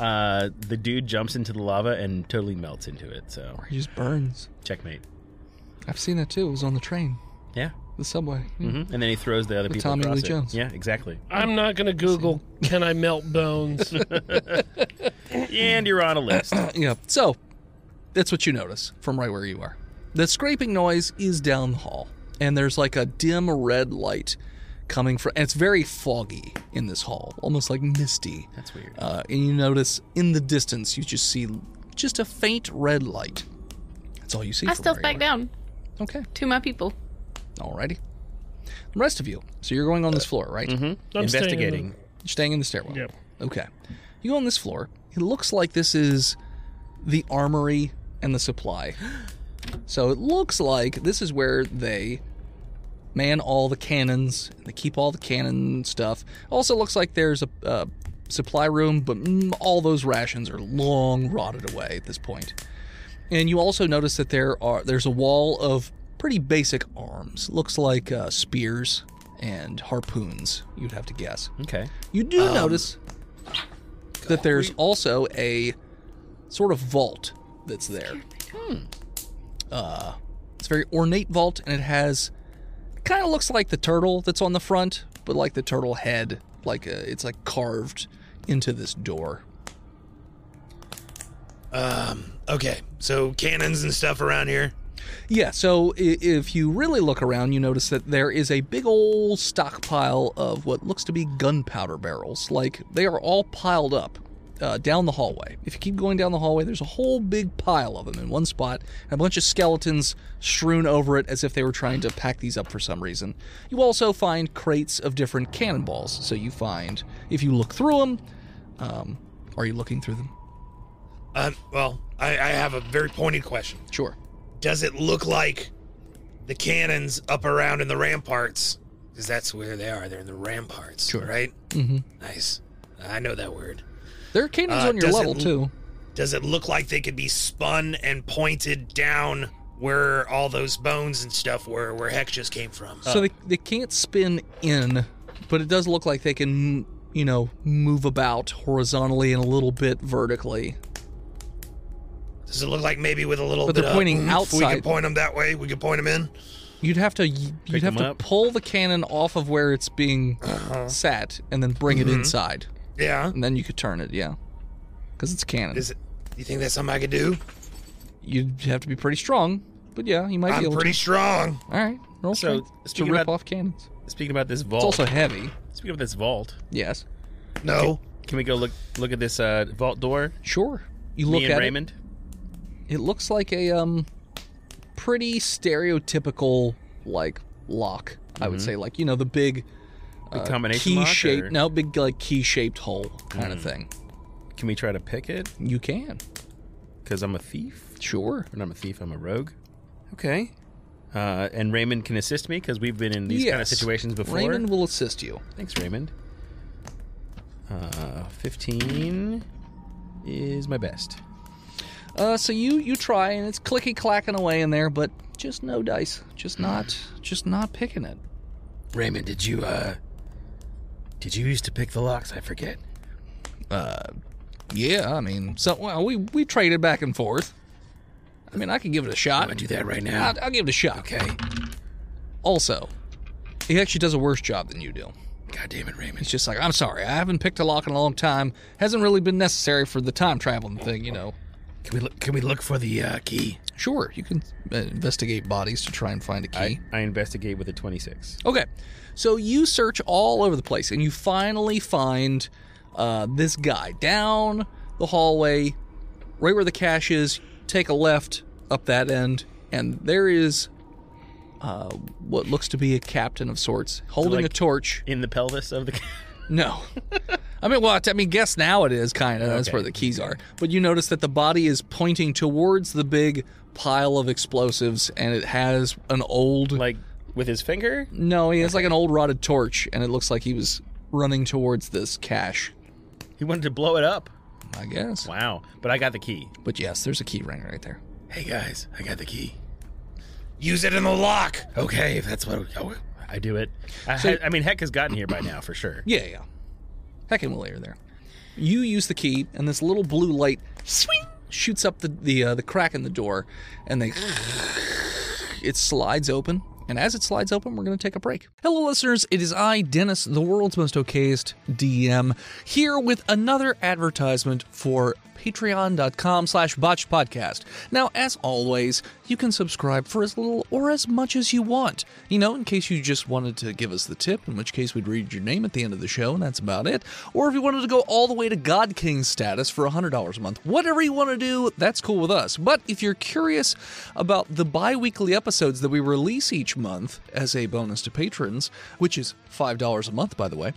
uh, the dude jumps into the lava and totally melts into it. So
he just burns.
checkmate.
I've seen that too. It was on the train,
Yeah.
the subway. Mm,
hmm And then he throws the other
With
people
Tommy
across
Lee
it.
Jones.
Yeah, exactly.
I'm not going to Google, can I melt bones?
And you're on a list.
Yeah. So that's what you notice from right where you are. The scraping noise is down the hall. and there's like a dim red light coming from and it's very foggy in this hall almost like misty
That's weird.
uh, and you notice in the distance you just see just a faint red light that's all you see
I
from
stealth
where
back
you are.
down
okay
to my people.
alrighty the rest of you so you're going on
Uh,
this floor right
mm-hmm.
I'm staying in
Investigating.
You're staying in the stairwell.
Yep.
Okay. You go on this floor. It looks like this is the armory and the supply. So it looks like this is where they man all the cannons. They keep all the cannon stuff. Also looks like there's a uh, supply room, but mm, all those rations are long rotted away at this point. And you also notice that there are there's a wall of pretty basic arms. Looks like uh, spears and harpoons. You'd have to guess.
Okay.
You do notice that there's also a sort of vault that's there. Hmm. Uh, it's a very ornate vault, and it has kind of looks like the turtle that's on the front, but like the turtle head, like uh it's like carved into this door.
Okay, so cannons and stuff around here.
Yeah, so i- if you really look around, you notice that there is a big old stockpile of what looks to be gunpowder barrels. Like, they are all piled up uh, down the hallway. If you keep going down the hallway, there's a whole big pile of them in one spot, and a bunch of skeletons strewn over it as if they were trying to pack these up for some reason. You also find crates of different cannonballs. So you find, if you look through them, um, are you looking through them?
Um, well, I, I have a very pointed question.
Sure.
Does it look like the cannons up around in the ramparts? Because that's where they are. They're in the ramparts,
Sure.
right?
Mm-hmm.
Nice. I know that word.
There are cannons
Uh,
on your
does it
level,
l-
too.
Does it look like they could be spun and pointed down where all those bones and stuff were, where Hex just came from?
Uh.
So they, they can't spin in, but it does look like they can, you know, move about horizontally and a little bit vertically.
Does it look like maybe with a little
But
bit
they're
of
pointing
oomph, We
outside.
could point them that way. We could point them in.
You'd have to you'd have
'em
to
up.
pull the cannon off of where it's being
Uh-huh.
sat and then bring
Mm-hmm.
it inside,
Yeah.
and then you could turn it. Yeah, because it's cannon.
Is it? You think that's something I could do?
You'd have to be pretty strong, but yeah, you might be
I'm
able
pretty
to.
strong.
All right, roll
So,
strength to
speaking
rip
about-
off cannons.
Speaking about this
It's
vault.
also heavy.
speaking of this vault,
Yes,
No.
can we go look look at this uh, vault door?
sure. You look
Me and
at it.
Raymond.
It looks like a um pretty stereotypical like lock. I would say like you know the big
The combination
Uh, key
lock,
shaped
or
no big like key shaped hole kind of thing.
Can we try to pick it?
You can
Because I'm a thief.
sure.
Or not I'm a thief. I'm a rogue. Okay. Uh, and Raymond can assist me because we've been in these kind of
Yes.
situations before.
Raymond will assist you.
Thanks, Raymond. Uh, 15 is my best.
Uh, so you you try and it's clicky clacking away in there, but just no dice, just not just not picking it.
Raymond, did you uh did you used to pick the locks? I forget.
Yeah, I mean, so well we we traded back and forth. I mean, I could give it a shot.
I'm gonna do that right now.
I'll, I'll give it a shot.
Okay.
Also, he actually does a worse job than you do.
God damn it, Raymond.
It's just like, I'm sorry, I haven't picked a lock in a long time. Hasn't really been necessary for the time traveling thing, you know.
Can we look can we look for the uh key?
Sure, you can uh, investigate bodies to try and find a key.
I, I investigate with a 26.
Okay, so you search all over the place and you finally find uh, this guy down the hallway, right where the cache is. Take a left up that end, and there is uh, what looks to be a captain of sorts holding a
like-
torch.
In the pelvis of the.
No. I mean, well, I mean, guess now it is kind of. That's
Okay.
where the keys are. But you notice that the body is pointing towards the big pile of explosives, and it has an old.
like, with his finger?
no, he has like an old rotted torch, and it looks like he was running towards this cache.
He wanted to blow it up.
I guess.
Wow. But I got the key.
But yes, there's a key ring right there.
Hey guys, I got the key.
Use it in the lock.
Okay, if that's what oh,
I do it. I,
So-
I mean, heck has gotten here by now for sure.
Yeah, yeah. Heck and Willie are there. You use the key, and this little blue light swing shoots up the the uh, the crack in the door, and they it slides open. And as it slides open, we're going to take a break. Hello, listeners. It is I, Dennis, the world's most okayest DM, here with another advertisement for patreon.com slash botched podcast. Now, as always, you can subscribe for as little or as much as you want. You know, in case you just wanted to give us the tip, in which case we'd read your name at the end of the show, and that's about it. Or if you wanted to go all the way to God King status for $100 a month, whatever you want to do, that's cool with us. But if you're curious about the bi weekly episodes that we release each month as a bonus to patrons, which is $5 a month, by the way,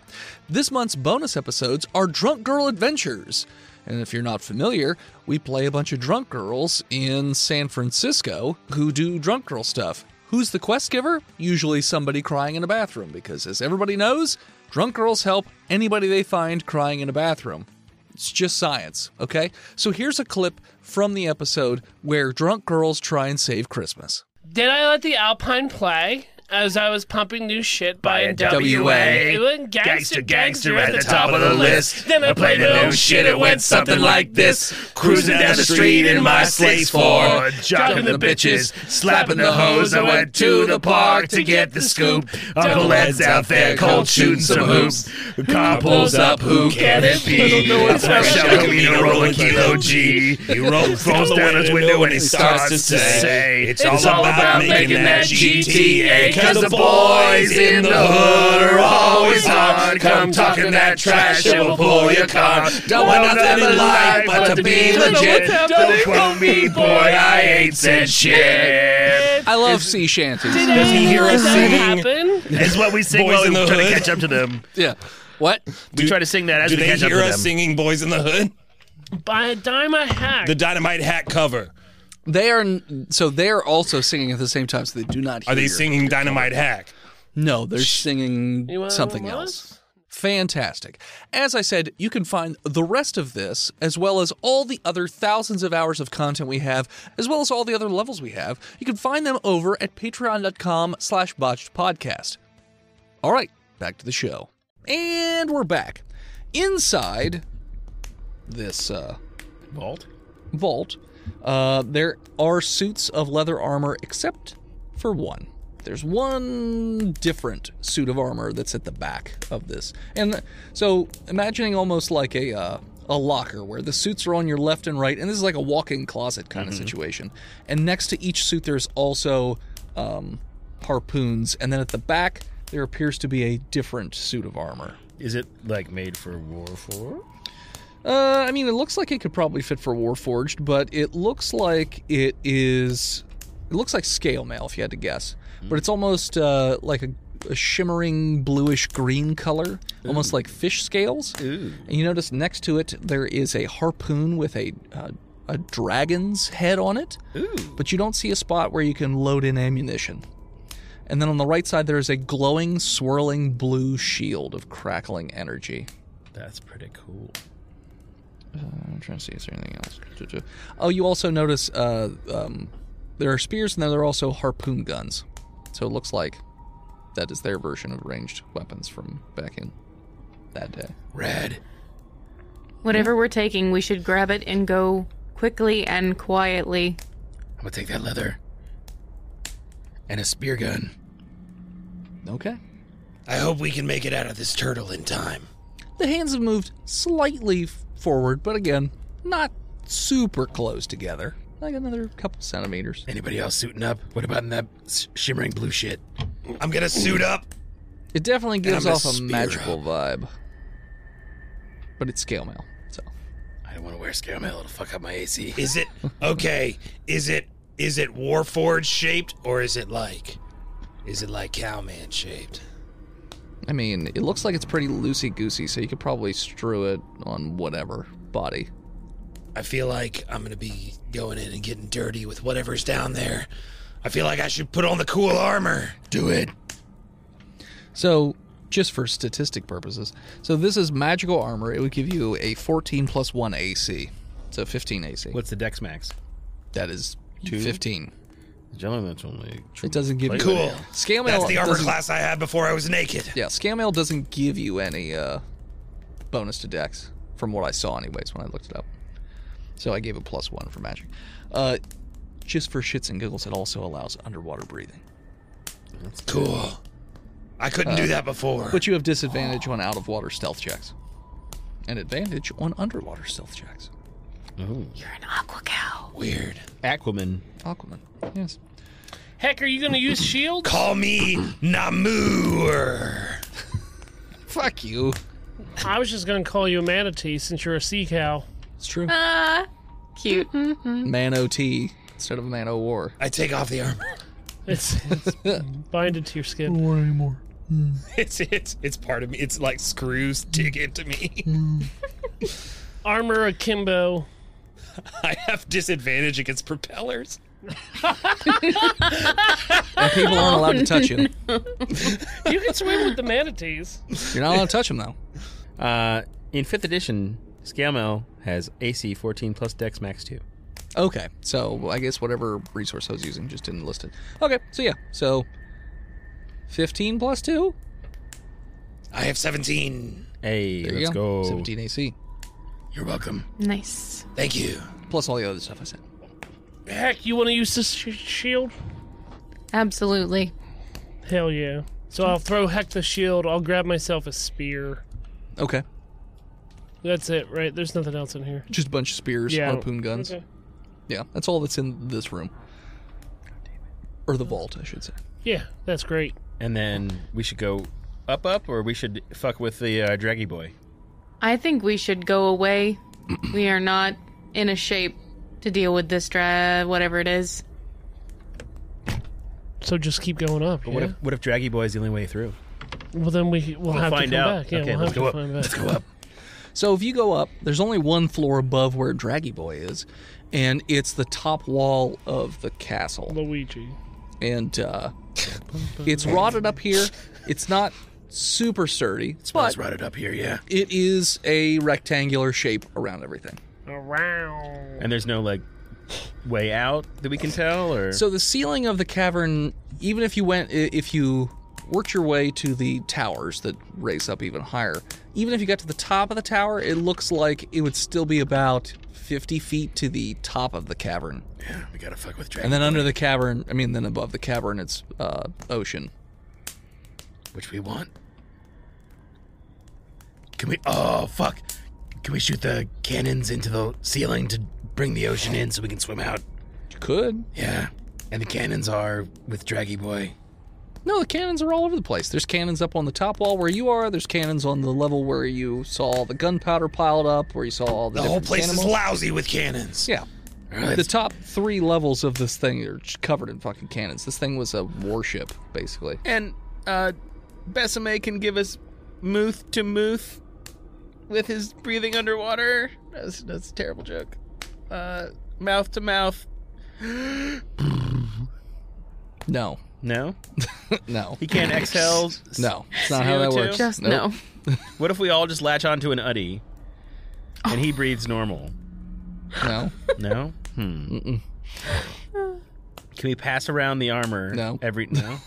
this month's bonus episodes are Drunk Girl Adventures. And if you're not familiar, we play a bunch of drunk girls in San Francisco who do drunk girl stuff. Who's the quest giver? Usually somebody crying in a bathroom, because as everybody knows, drunk girls help anybody they find crying in a bathroom. It's just science, okay? So here's a clip from the episode where drunk girls try and save Christmas.
Did I let the Alpine play as I was pumping new shit by,
NWA?
It went gangster,
Gangster, gangster at the top of the list. Then I played the new shit, it went something like this. Cruising down the street in my slates for jocking the bitches, slapping the hoes. I went to the park to get the scoop. Uncle Ed's out there cold shooting some hoops. The car pulls up, who can it be? A fresh out Camino rolling kilo G. He rolls rolls down his window and he starts to say, It's all about making that GTA. Cause the boys in the hood are always on. Come talking that trash and we'll pull your car. Don't want nothing in life but to be legit. Don't quote me, boy, I ain't said shit.
I love sea shanties.
Does
he hear us
that
singing?
happen?
Is what we sing
Boys
while
in
we
the
try to
hood.
catch up to them.
Yeah. What?
We try to sing that as
Do
we
they
catch up to
hear
them.
us singing Boys in the Hood?
By a dime a hack.
The Dynamite Hack cover.
They are n- so they are also singing at the same time, so they do not. Hear
Are they singing Dynamite Hack?
No, they're singing
You wanna
something
know
else.
what?
Fantastic. As I said, you can find the rest of this, as well as all the other thousands of hours of content we have, as well as all the other levels we have. You can find them over at patreon.com slash botched podcast. All right, back to the show. And we're back. Inside this uh,
Vault?
vault, uh, there are suits of leather armor except for one. There's one different suit of armor that's at the back of this. And so, imagining almost like a uh, a locker where the suits are on your left and right, and this is like a walk-in closet kind of situation. And next to each suit, there's also um, harpoons, and then at the back, there appears to be a different suit of armor.
Is it like made for War 4?
Uh, I mean, it looks like it could probably fit for Warforged, but it looks like it is. It looks like scale mail, if you had to guess.
Hmm.
But it's almost uh, like a, a shimmering bluish green color, almost like fish scales.
Ooh.
And you notice next to it there is a harpoon with a uh, a dragon's head on it.
Ooh.
But you don't see a spot where you can load in ammunition. And then on the right side there is a glowing, swirling blue shield of crackling energy.
That's pretty cool.
I'm trying to see is there anything else. Oh, you also notice uh, um, there are spears and then there are also harpoon guns. So it looks like that is their version of ranged weapons from back in that day.
Red.
Whatever we're taking, we should grab it and go quickly and quietly.
I'm gonna take that leather. And a spear gun.
Okay.
I hope we can make it out of this turtle in time.
The hands have moved slightly f- forward, but again, not super close together. Like another couple centimeters.
Anybody else suiting up? What about in that s- shimmering blue shit?
I'm gonna suit up.
It definitely gives
I'm a
off a
spear
magical vibe. But it's scale mail, so.
I don't want to wear scale mail. It'll fuck up my AC.
Is it okay? Is it is it Warforged shaped or is it like is it like cowman shaped?
I mean, it looks like it's pretty loosey goosey, so you could probably strew it on whatever body.
I feel like I'm gonna be going in and getting dirty with whatever's down there. I feel like I should put on the cool armor.
Do it.
So, just for statistic purposes, so this is magical armor. It would give you a 14 plus 1 AC. So 15 AC.
What's the Dex Max?
That is 15.
Gentlemen, that's only.
It doesn't give you
Cool.
Scale mail
That's the armor
doesn't-
class I had before I was naked.
Yeah, scale mail doesn't give you any uh, bonus to dex from what I saw anyways when I looked it up. So I gave it plus 1 for magic. Uh, just for shits and giggles, it also allows underwater breathing.
Cool. I couldn't
Uh,
do that before.
But you have disadvantage on out of water stealth checks and advantage on underwater stealth checks.
You're an aqua cow.
Weird.
Aquaman.
Aquaman. Yes.
Heck, are you going to use shield?
Call me Namur.
Fuck you.
I was just going to call you a manatee since you're a sea cow.
It's true.
Ah, cute. Mm-hmm.
Man OT instead of man o war.
I take off the armor.
It's, it's binded to your skin.
War anymore.
It's it's it's part of me. It's like screws dig into me.
Armor akimbo.
I have disadvantage against propellers.
And people aren't allowed to touch him.
You can swim with the manatees.
You're not allowed to touch him though.
Uh, in fifth edition, Scamel has AC 14 plus Dex max 2.
Okay, so I guess whatever resource I was using just didn't list it. Okay, so yeah, so fifteen plus two.
I have 17.
Hey,
There you
let's
go.
go.
Seventeen AC
You're welcome.
Nice.
Thank you.
plus all the other stuff I said.
Heck, you want to use this sh- shield?
Absolutely.
Hell yeah. So I'll throw Heck the shield. I'll grab myself a spear.
Okay,
That's it, right? There's nothing else in here.
just a bunch of spears,
Yeah.
harpoon guns.
Okay.
Yeah, that's all that's in this room, or the vault, I should say.
Yeah, that's great.
And then we should go up, up, or we should fuck with the uh, draggy boy.
I think we should go away. we are not in a shape to deal with this dra whatever it is.
So just keep going up.
What
yeah?
if what if draggy boy is the only way through?
well, then we, we'll, have
find
to come
out.
back. Yeah,
Okay,
we'll
let's
have to
go up.
find back.
So if you go up, there's only one floor above where Draggy Boy is, and it's the top wall of the castle.
Luigi.
and uh, it's rotted up here. It's not super sturdy, but
Right it up here, yeah.
it is a rectangular shape around everything.
Around.
And there's no like way out that we can tell, or
So the ceiling of the cavern, even if you went, i- if you worked your way to the towers that raise up even higher, even if you got to the top of the tower, it looks like it would still be about 50 feet to the top of the cavern.
Yeah, we gotta fuck with
And
dragons,
then under the cavern, I mean, then above the cavern, it's uh, ocean.
which we want. Can we? Oh fuck! Can we shoot the cannons into the ceiling to bring the ocean in so we can swim out?
You could.
Yeah. And the cannons are with Draggy Boy.
No, the cannons are all over the place. There's cannons up on the top wall where you are. There's cannons on the level where you saw the gunpowder piled up, where you saw all the,
The whole
different
place is
cannibals.
lousy with cannons.
Yeah.
All right,
The top three levels of this thing are just covered in fucking cannons. This thing was a warship, basically.
and uh, Besame can give us mooth to mooth with his breathing underwater. That's that's a terrible joke. Uh, mouth to mouth.
No,
No,
no,
he can't exhale.
no. It's not how that
CO2?
works.
Just
Nope.
no.
What if we all just latch onto an uddy, and he breathes normal?
No,
No. Hmm. Can we pass around the armor?
No.
Every no.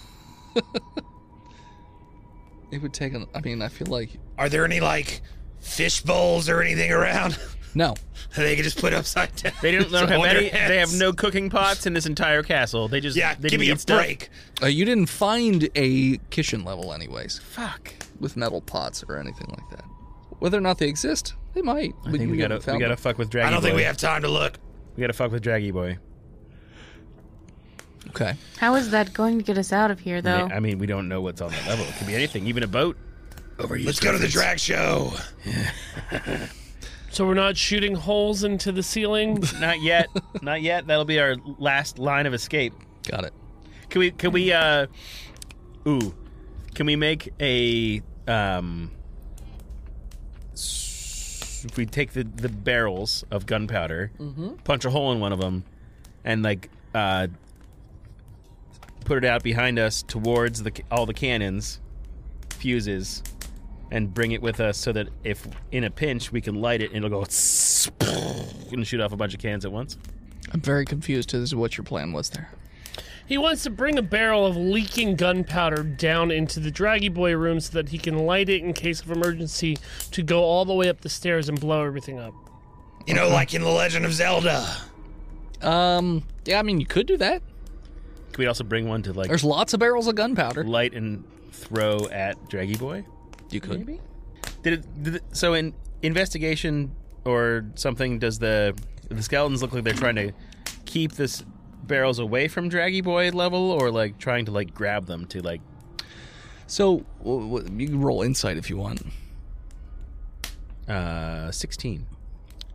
it would take. An, I mean, I feel like
Are there any like fish bowls or anything around
no.
that they can just put upside down?
They don't, they don't have
On their
any. They have
heads.
no cooking pots in this entire castle. They just
Yeah,
They
give me
eat
a
stuff.
break.
Uh, you didn't find a kitchen level, anyways,
Fuck.
with metal pots or anything like that. Whether or not they exist, they might.
I think we gotta we gotta fuck with Draggy
I don't
Boy.
think we have time to look.
We gotta fuck with Draggy Boy.
Okay.
How is that going to get us out of here, though?
I mean, we don't know what's on that level. It could be anything, even a boat.
Let's go to the drag show.
So we're not shooting holes into the ceiling?
Not yet. Not yet. That'll be our last line of escape.
Got it.
Can we? Can we? uh Ooh. Can we make a? um s- If we take the the barrels of gunpowder, punch a hole in one of them, and like uh put it out behind us towards the ca- all the cannons, fuses, and bring it with us so that if in a pinch we can light it and it'll go and shoot off a bunch of cans at once.
I'm very confused as to what your plan was there.
He wants to bring a barrel of leaking gunpowder down into the Draggy Boy room so that he can light it in case of emergency to go all the way up the stairs and blow everything up.
You know, like in The Legend of Zelda.
Um, yeah, I mean, you could do that.
Can we also bring one to like
There's lots of barrels of gunpowder.
light and throw at Draggy Boy?
You could.
Maybe. Did it? Did it so in investigation or something? Does the the skeletons look like they're trying to keep this barrels away from Draggy Boy level, or like trying to like grab them to like.
So w- w- you can roll insight if you want.
Uh, sixteen.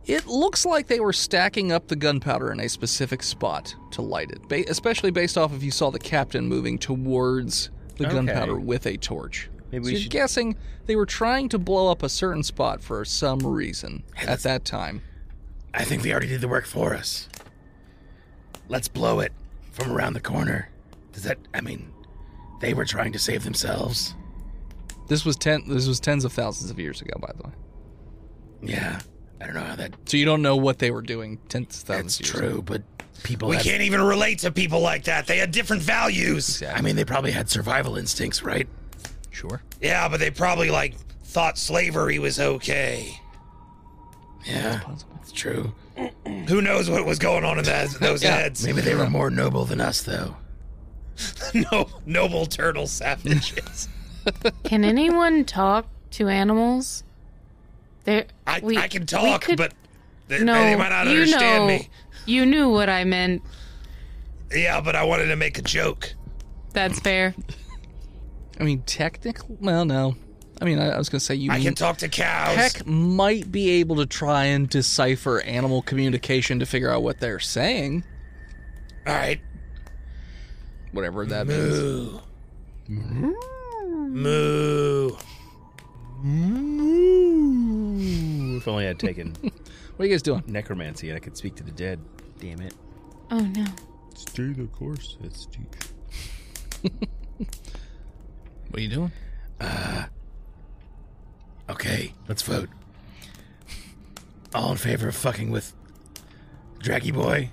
It looks like they were stacking up the gunpowder in a specific spot to light it, ba- especially based off if you saw the captain moving towards the
Okay.
gunpowder with a torch.
Maybe
so
we
you're
should-
guessing they were trying to blow up a certain spot for some reason at that time.
I think they already did the work for us. Let's blow it from around the corner. Does that, I mean, they were trying to save themselves.
This was ten. This was tens of thousands of years ago, by the way.
Yeah. I don't know how that,
So you don't know what they were doing tens of thousands.
that's
of years ago.
true, but people
We
had,
can't even relate to people like that. They had different values.
I mean, they probably had survival instincts, right?
Sure.
Yeah, but they probably like thought slavery was okay.
Yeah. It's true.
Who knows what was going on in that, those heads?
Maybe they were more noble than us, though.
no, noble turtle savages.
Can anyone talk to animals? There,
I,
we-
I can
we
talk,
could-
but they,
no,
they might not
you
understand
know,
me.
You knew what I meant.
Yeah, but I wanted to make a joke.
That's fair.
I mean, technically, well, no. I mean, I, I was gonna say you.
I
Mm.
can talk to cows.
Peck might be able to try and decipher animal communication to figure out what they're saying,
All right.
whatever that means.
Moo. Moo.
If only I'd taken
What are you guys doing?
necromancy and I could speak to the dead. Damn it!
Oh no.
Stay the course. That's deep.
What are you doing?
Okay, let's vote. All in favor of fucking with Draggy Boy?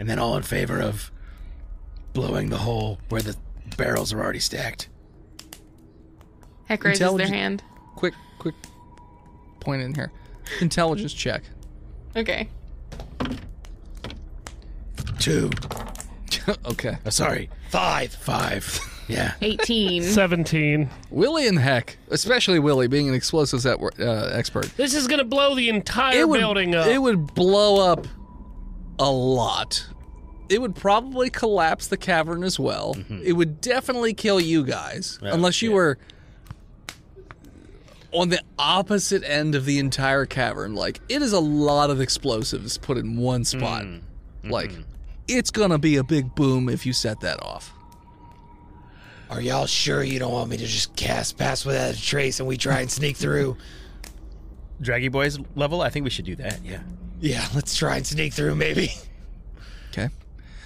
and then all in favor of blowing the hole where the barrels are already stacked.
Heck raises their
Intelligent-
hand.
Quick, quick point in here. Intelligence check.
Okay.
Two.
okay.
Oh, sorry. Five. Five. Yeah.
18.
17.
Willie and Heck, especially Willie, being an explosives at, uh, expert,
This is going to blow the entire building up.
it would blow up a lot. It would probably collapse the cavern as well.
Mm-hmm.
It would definitely kill you guys unless you were on the opposite end of the entire cavern. Like it is a lot of explosives put in one spot.
Mm.
Like
Mm-hmm.
it's gonna be a big boom if you set that off.
Are y'all sure you don't want me to just cast pass without a trace and we try and sneak through?
Draggy Boy's level. I think we should do that. Yeah.
Yeah, let's try and sneak through maybe.
Okay,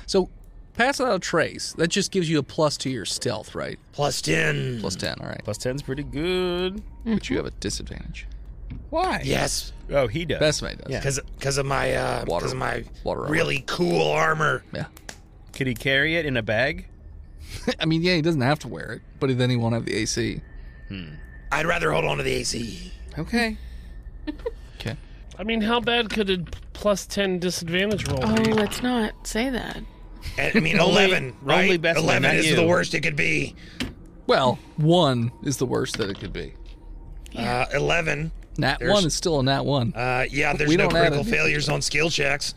so pass without a trace. That just gives you a plus to your stealth, right?
Plus 10.
Mm.
Plus ten. All right,
Plus ten's pretty good.
but you have a disadvantage. Why?
Yes,
Oh, he does.
Best mate does.
Yeah.
because of my uh,
Water-
because of my
water armor.
really cool armor.
Yeah.
Could he carry it in a bag?
I mean, yeah, he doesn't have to wear it, but then he won't have the AC.
I'd rather hold on to the AC.
Okay. okay.
I mean, how bad could a plus 10 disadvantage roll
Oh,
be?
let's not say that.
And, I mean, eleven, right?
only Bethlehem, not
eleven is
you.
the worst it could be.
Well, one is the worst that it could be.
Uh, eleven.
Nat one is still a nat one.
Uh, yeah, there's
We
no
don't add
critical
anything
failures on skill checks.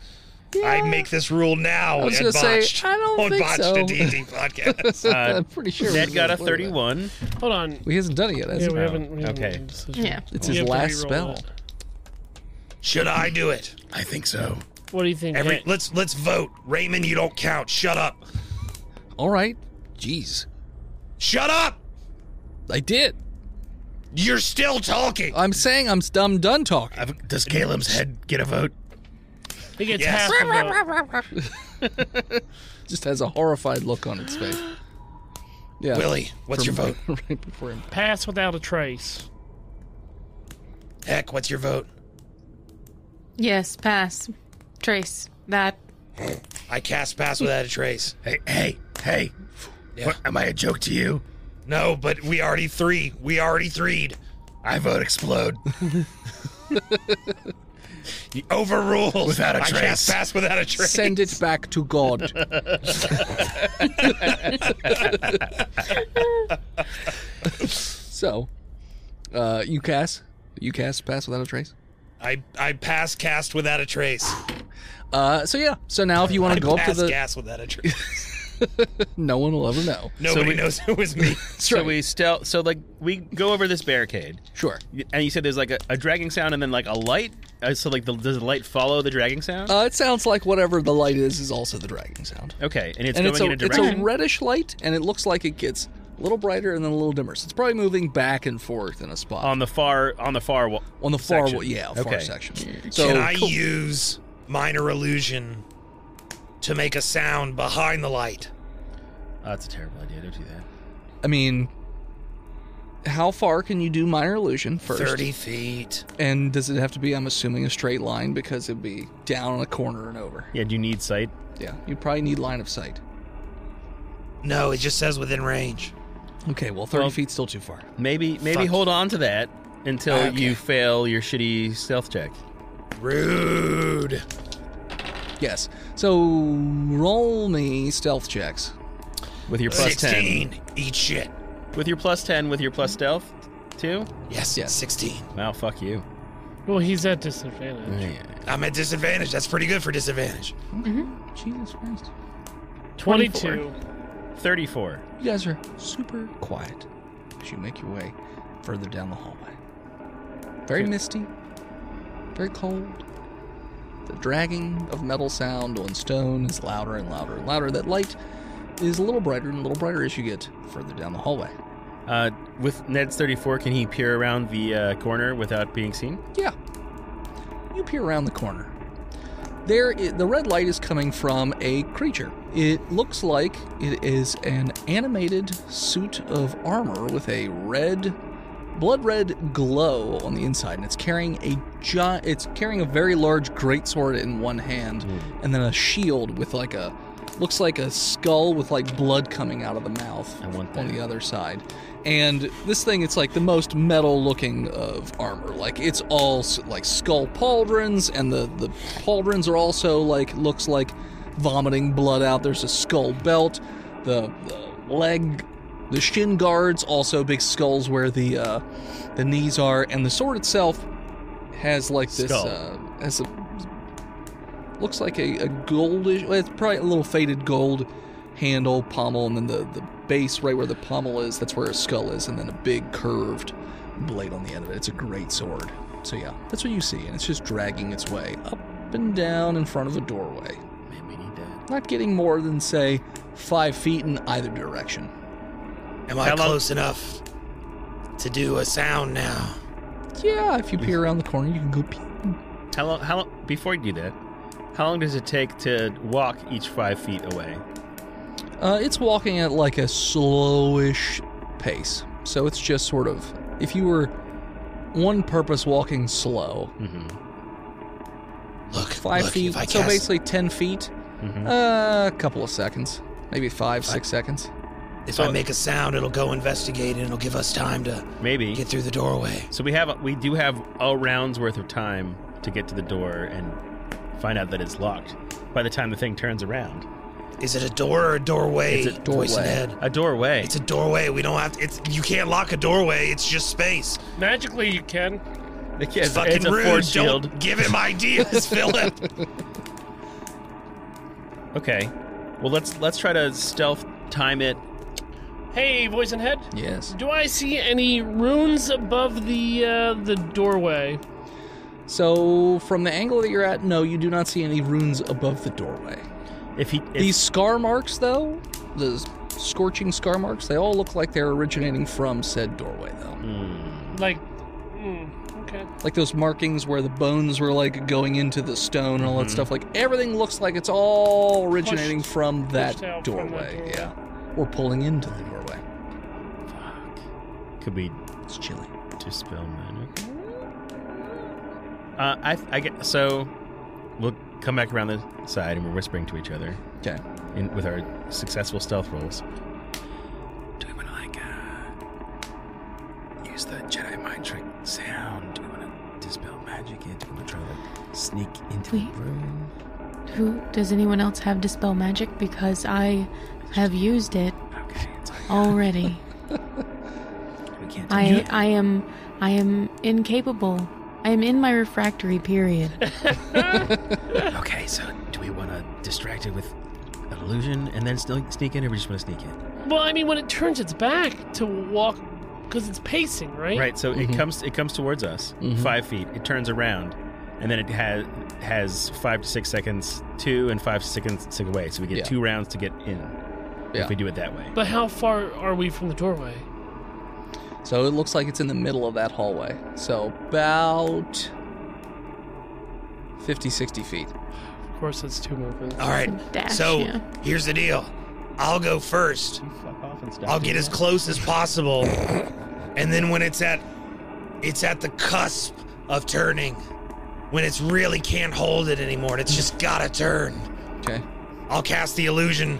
I make this rule now.
was
and
gonna say,
botched.
I don't
on
think
botched
so.
a D&D podcast.
I'm pretty sure. we
Ned uh, got a
didn't play that.
thirty-one.
Hold on.
He hasn't done it yet. Has
Yeah,
he?
we haven't. We haven't
okay.
made a decision.
Yeah.
It's
We
his
have to
last
reroll
spell.
that.
Should I do it?
I think so.
What do you think?
Every
Hank?
let's let's vote. Raymond, you don't count. Shut up.
All right. Jeez.
Shut up.
I did.
You're still talking.
Uh,
I'm saying I'm, I'm done talking.
I've, does Caleb's head get a vote?
He gets
Yes.
half a vote.
Just has a horrified look on its face.
Uh,
Yeah.
Willie, what's your vote?
right before him.
Pass without a trace.
Heck, what's your vote?
Yes, pass. Trace. That.
I cast pass without a trace.
Hey, hey, hey. What, am I a joke to you?
No, but we already three. We already threed.
I vote explode.
Overruled.
Without a
I
trace.
cast pass without a trace.
Send it back to God. so, uh, you cast, you cast pass without a trace.
I I pass cast without a trace.
Uh, so yeah. So now if you want
I
to go up to
pass
the,
gas without a trace.
no one will ever know.
Nobody
we-
knows it was me.
So we stealth. So like we go over this barricade,
Sure.
Y- and you said there's like a, a dragging sound, and then like a light. Uh, so like the, does the light follow the dragging sound?
Uh, it sounds like whatever the light is is also the dragon sound.
okay, and it's
and
going
it's
in
a,
a
it's
direction.
a reddish light, and it looks like it gets a little brighter and then a little dimmer. So it's probably moving back and forth in a spot
on the far on the far oh, wall.
on the far
Um, section.
wall, yeah, far
Okay.
section. So
Can I use minor illusion to make a sound behind the light?
Oh, that's a terrible idea. Don't do that.
I mean, how far can you do minor illusion first?
Thirty feet.
And does it have to be? I'm assuming a straight line because it'd be down a corner and over.
Yeah, do you need sight?
Yeah, you probably need line of sight.
No, it just says within range.
Okay, well, thirty
Well-
feet's still too far.
Maybe maybe hold on to that until
Ah, Okay.
you fail your shitty stealth check.
Rude.
Yes. So roll me stealth checks.
With your plus
Sixteen. Eat shit.
ten. With your plus ten, with your plus stealth too?
Yes,
Yes.
Sixteen.
Wow, fuck you.
Well, he's at disadvantage.
I'm at disadvantage. That's pretty good for disadvantage.
Jesus Christ.
22.
Thirty-four.
You guys are super quiet as you make your way further down the hallway. Very misty, very cold. The dragging of metal sound on stone is louder and louder and louder. That light is a little brighter and a little brighter as you get further down the hallway.
Uh, with Ned's 34, can he peer around the uh, corner without being seen?
Yeah. You peer around the corner. There, i the red light is coming from a creature. It looks like it is an animated suit of armor with a red, blood red glow on the inside, and it's carrying a giant. It's carrying a very large greatsword in one hand,
Hmm.
and then a shield with like a, looks like a skull with like blood coming out of the mouth
I want
on
that.
the other side. And this thing, it's like the most metal looking of armor. Like it's all s- like skull pauldrons, and the the pauldrons are also like looks like vomiting blood out. There's a skull belt, the, the leg, the shin guards, also big skulls where the uh, the knees are, and the sword itself has like this
Skull.
uh, has a looks like a, a goldish. Well, it's probably a little faded gold handle, pommel, and then the, the base right where the pommel is. That's where a skull is, and then a big curved blade on the end of it. It's a great sword. So yeah, that's what you see, and it's just dragging its way up and down in front of a doorway,
Man, we need that.
not getting more than say five feet in either direction.
Am I
How long-
close enough to do a sound now?
Yeah, if you peer around the corner, you can go peek.
How long, how long, before you do that, how long does it take to walk each five feet away?
Uh, it's walking at like a slowish pace. So it's just sort of if you were one purpose walking slow,
Mm-hmm.
Look,
five
Hmm. look,
feet.
If I
So
cast, Mm-hmm.
basically ten feet,
Mhm.
uh, a couple of seconds, maybe five, six seconds.
if I make a sound, it'll go investigate and it'll give us time to
Maybe.
get through the doorway.
so we have we do have a round's worth of time to get to the door and find out that it's locked. By the time the thing turns around,
Is it a door or a doorway?
It's a
doorway.
Head?
a doorway.
It's a doorway. We don't have to, it's you can't lock a doorway. It's just space.
Magically, you can.
It's,
It's, fucking
it's a
rude.
force
don't
shield.
give him ideas, Philip.
Okay. Well, let's let's try to stealth time it.
Hey, voice and head.
Yes.
Do I see any runes above the uh, the doorway?
So from the angle that you're at, no, you do not see any runes above the doorway.
If he if,
These scar marks, though, the scorching scar marks, they all look like they're originating from said doorway, though.
Like, mm, okay.
like those markings where the bones were like going into the stone and all
Mm-hmm.
that stuff. Like everything looks like it's all originating
Pushed-
from that
pushed out from that
doorway.
doorway.
Yeah, or pulling into the doorway.
could we
It's chilly.
dispel magic? Uh, I I get so we'll come back around the side and we're whispering to each other
Okay.
in, with our successful stealth rolls.
Do we want to like uh, use the Jedi mind trick sound? Do we want to dispel magic? It? Do we want to try to like, sneak into
We-
the room?
Who does anyone else have dispel magic? Because I have used it
Okay, it's like
already.
we can't. do
I I am I am incapable I'm in my refractory period.
Okay, so do we want to distract it with an illusion and then still sneak in, or we just want to sneak in?
Well, I mean, when it turns its back to walk, because it's pacing, right?
Right. So
Mm-hmm.
it comes it comes towards us, five feet. It turns around, and then it has has five to six seconds to and five seconds to away. So we get
Yeah.
two rounds to get in.
Yeah.
If we do it that way.
But how far are we from the doorway?
So it looks like it's in the middle of that hallway. So about 50, 60 feet.
Of course, that's two movements.
All right.
Dash,
so
yeah.
here's the deal. I'll go first. I'll get as close as possible, and then when it's at, it's at the cusp of turning, when it's really can't hold it anymore, and it's just gotta turn.
Okay.
I'll cast the illusion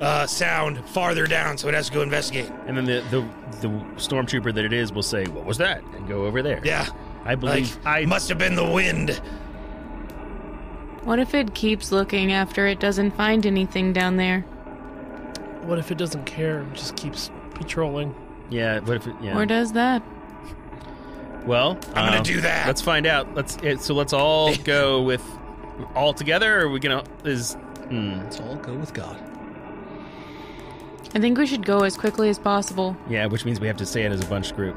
uh, sound farther down, so it has to go investigate.
And then the, the the stormtrooper that it is will say, "What was that?" and go over there.
Yeah,
I
like
believe I
must have been the wind.
What if it keeps looking after it doesn't find anything down there?
What if it doesn't care and just keeps patrolling?
Yeah. What if? It, yeah.
Or does that?
well,
I'm gonna
uh,
do that.
Let's find out. Let's. It, so let's all go with all together. Or are we gonna is. Hmm.
Let's all go with God.
I think we should go as quickly as possible.
Yeah, which means we have to say it as a bunch group.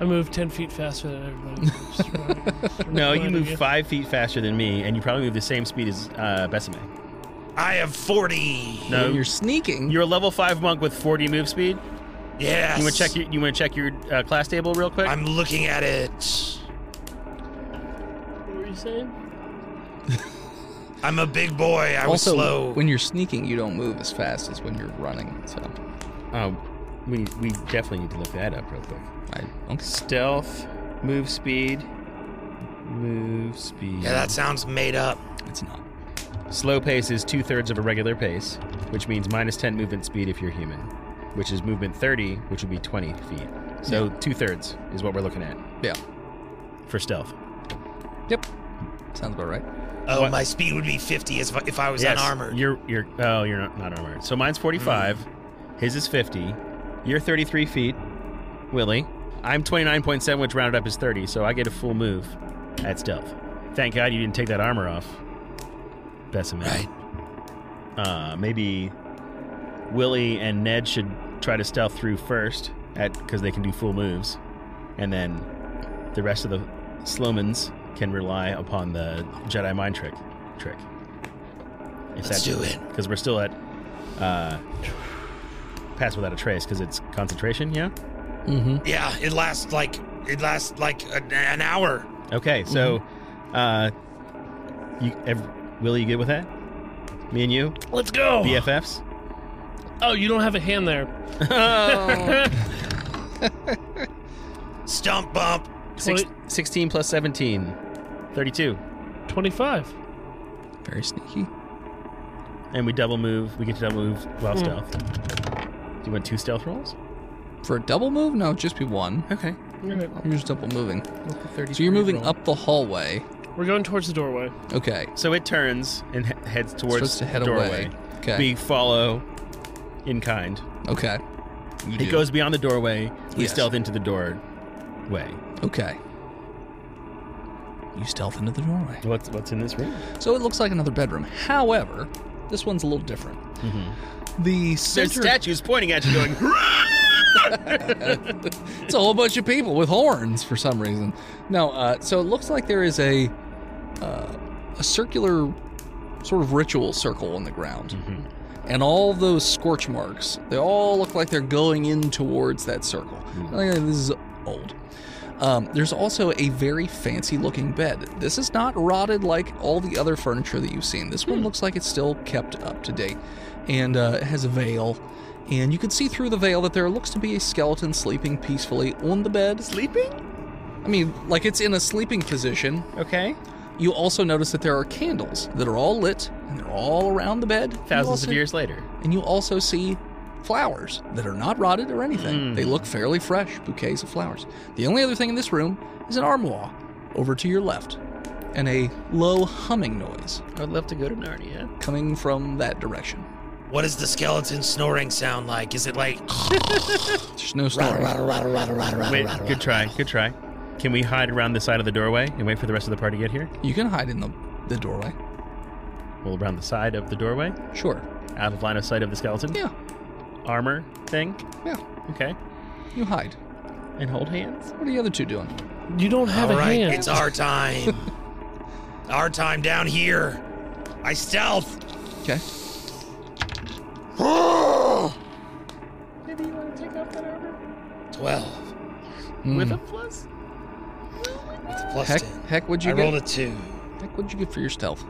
I move ten feet faster than everybody. Just reminding- just
No, you
reminding
move five feet faster than me, and you probably move the same speed as uh, Besame.
I have forty.
No,
You're
you're
sneaking.
you're a level five monk with forty move speed.
Yes.
You want to check your you want to check your uh, class table real quick?
I'm looking at it.
What were you saying?
I'm a big boy. I was
also,
slow.
when you're sneaking, you don't move as fast as when you're running. So
Oh, we we definitely need to look that up real quick.
I okay.
Stealth, move speed, move speed.
yeah, that sounds made up.
It's not.
slow pace is two thirds of a regular pace, which means minus ten movement speed if you're human, which is movement thirty, which would be twenty feet. So two thirds is what we're looking at
Yeah.
for stealth.
Yep. Sounds about right.
Oh,
What?
my speed would be 50 if, if I was unarmored.
You're you're oh you're not, not armored. So mine's forty five,
Hmm.
his is fifty, you're thirty three feet, Willie. I'm twenty nine point seven, which rounded up is thirty, so I get a full move at stealth. Thank God you didn't take that armor off. Best of
Right.
Uh maybe Willie and Ned should try to stealth through first at because they can do full moves. And then the rest of the Slomans can rely upon the Jedi mind trick trick. If
Let's do it.
because we're still at uh, pass without a trace because it's concentration. Yeah. Mm-hmm.
Yeah, it lasts like it lasts like a, an hour.
Okay. So,
Mm-hmm.
uh, you ev- Willie, you good with that? Me and you,
Let's go.
BFFs.
Oh, you don't have a hand there.
Stump bump.
Six,
Twenty-
Sixteen plus seventeen. Thirty-two.
Twenty-five.
Very sneaky.
And we double move. We get to double move while stealth. Do you want two stealth rolls?
For a double move? No, it'd just be one.
Okay.
I'm just double moving. So you're moving up the hallway.
We're going towards the doorway.
Okay.
So it turns and he- heads towards
Starts to head
the doorway.
away. Okay.
We follow in kind.
Okay. You
It
do.
goes beyond the doorway. We
Yes.
stealth into the door way.
Okay. You stealth into the doorway.
What's what's in this room?
So it looks like another bedroom. However, this one's a little different. The
Mm-hmm. There's
center.
statues pointing at you, going.
it's a whole bunch of people with horns for some reason. No, uh, so it looks like there is a uh, a circular sort of ritual circle on the ground, and all those scorch marks they all look like they're going in towards that circle. I think this is old. Um, there's also a very fancy looking bed. This is not rotted like all the other furniture that you've seen. This
Hmm.
one looks like it's still kept up to date and uh, it has a veil. And you can see through the veil that there looks to be a skeleton sleeping peacefully on the bed.
Sleeping?
I mean, like it's in a sleeping position.
Okay.
You also notice that there are candles that are all lit and they're all around the bed. You
Thousands of
also-
years later.
and you also see flowers that are not rotted or
Hmm.
anything. They look fairly fresh, bouquets of flowers. The only other thing in this room is an armoire over to your left and a low humming noise
I'd love to go to Narnia.
coming from that direction.
What does the skeleton snoring sound like? Is it like
There's no story.
Wait, good try, good try. Can we hide around the side of the doorway and wait for the rest of the party to get here?
You can hide in the, the doorway.
Well, around the side of the doorway,
Sure.
out of line of sight of the skeleton.
Yeah.
Armor thing.
Yeah.
Okay.
You hide.
And hold hands.
What are the other two doing?
You don't have
All
a
right,
hand.
it's our time. our time down here. I stealth.
Okay. Hmm.
Twelve
With a plus?
with a plus
Heck,
ten.
heck, would
I
you
rolled a
get?
two.
Heck, would you get for your stealth?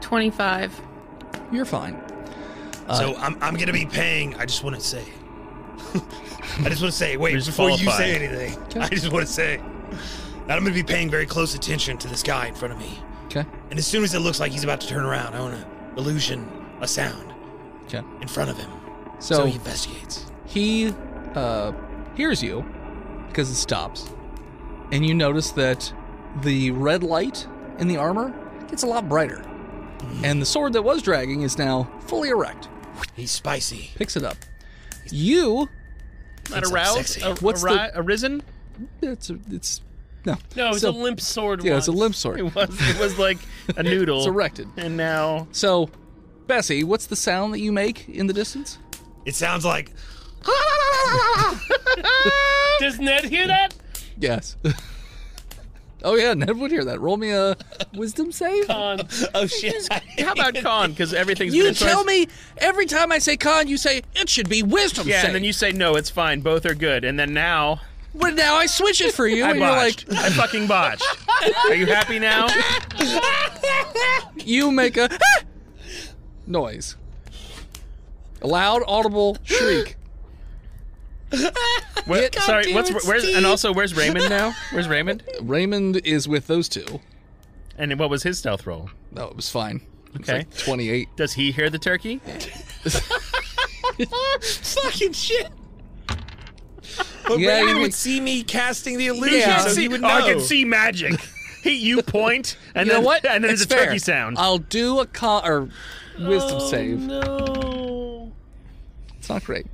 25.
You're fine.
so I'm, I'm gonna be paying. I just want to say. I just want to say. Wait,
Just
before you
qualify.
say anything, I just want to say that I'm gonna be paying very close attention to this guy in front of me.
Okay.
And as soon as it looks like he's about to turn around, I want to illusion a sound
Okay.
in front of him,
So,
so, he investigates.
he uh, hears you because it stops, and you notice that the red light in the armor gets a lot brighter, and the sword that was dragging is now fully erect.
He's spicy.
Picks it up. You,
Not
It's
aroused?
sexy.
A,
What's
a,
the-
arisen?
it's it's no,
No, it's
So-
a limp sword.
yeah, it's a
one.
limp sword.
It was, it was like a noodle.
It's erected.
And now.
So, Bessie, what's the sound that you make in the distance?
It sounds like
Does Ned hear that?
Yes. oh yeah, Ned would hear that. Roll me a wisdom save.
Um,
oh shit.
How about con? Because everything's
You
been twice-
tell me every time I say con, you say it should be wisdom
Yeah,
save.
and then you say no, it's fine. Both are good. And then now
But now I switch it for you,
I
and you're
botched.
like,
I fucking botched. Are you happy now?
you make a "Ah!" noise, a loud, audible shriek.
Where-
God
sorry,
damn
what's
it,
where's
Steve.
and also where's Raymond now? Where's Raymond?
Raymond is with those two.
And what was his stealth roll?
No, it was fine. It was
Okay.
like 28.
Does he hear the turkey?
fucking shit. But
Yeah,
Raymond
you
would
would-
see me casting the illusion,
Yeah.
so he would know.
I can see magic. He, you point, and
You
then
know what?
And then
It's
there's a
fair.
turkey sound.
I'll do a con or wisdom save.
No.
It's not great.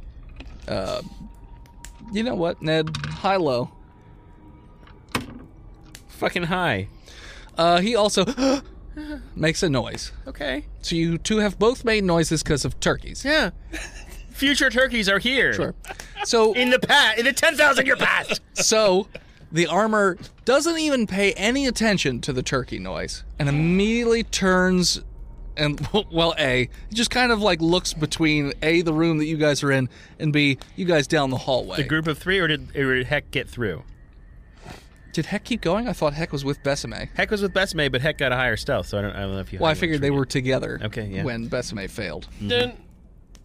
Uh, you know what, Ned? High low.
Fucking high.
Uh, he also makes a noise.
Okay.
So you two have both made noises because of turkeys.
Yeah. Future turkeys are here.
Sure. So
In the past, in the ten thousand year past.
So the armor doesn't even pay any attention to the turkey noise and immediately turns and well a it just kind of like looks between a the room that you guys are in and b you guys down the hallway
the group of three, or did, or did Heck get through?
did heck keep going i thought heck was with besame
Heck was with Besame, but Heck got a higher stealth, so I don't, I don't know if you.
well i figured they were together
Okay, yeah.
when besame failed
Then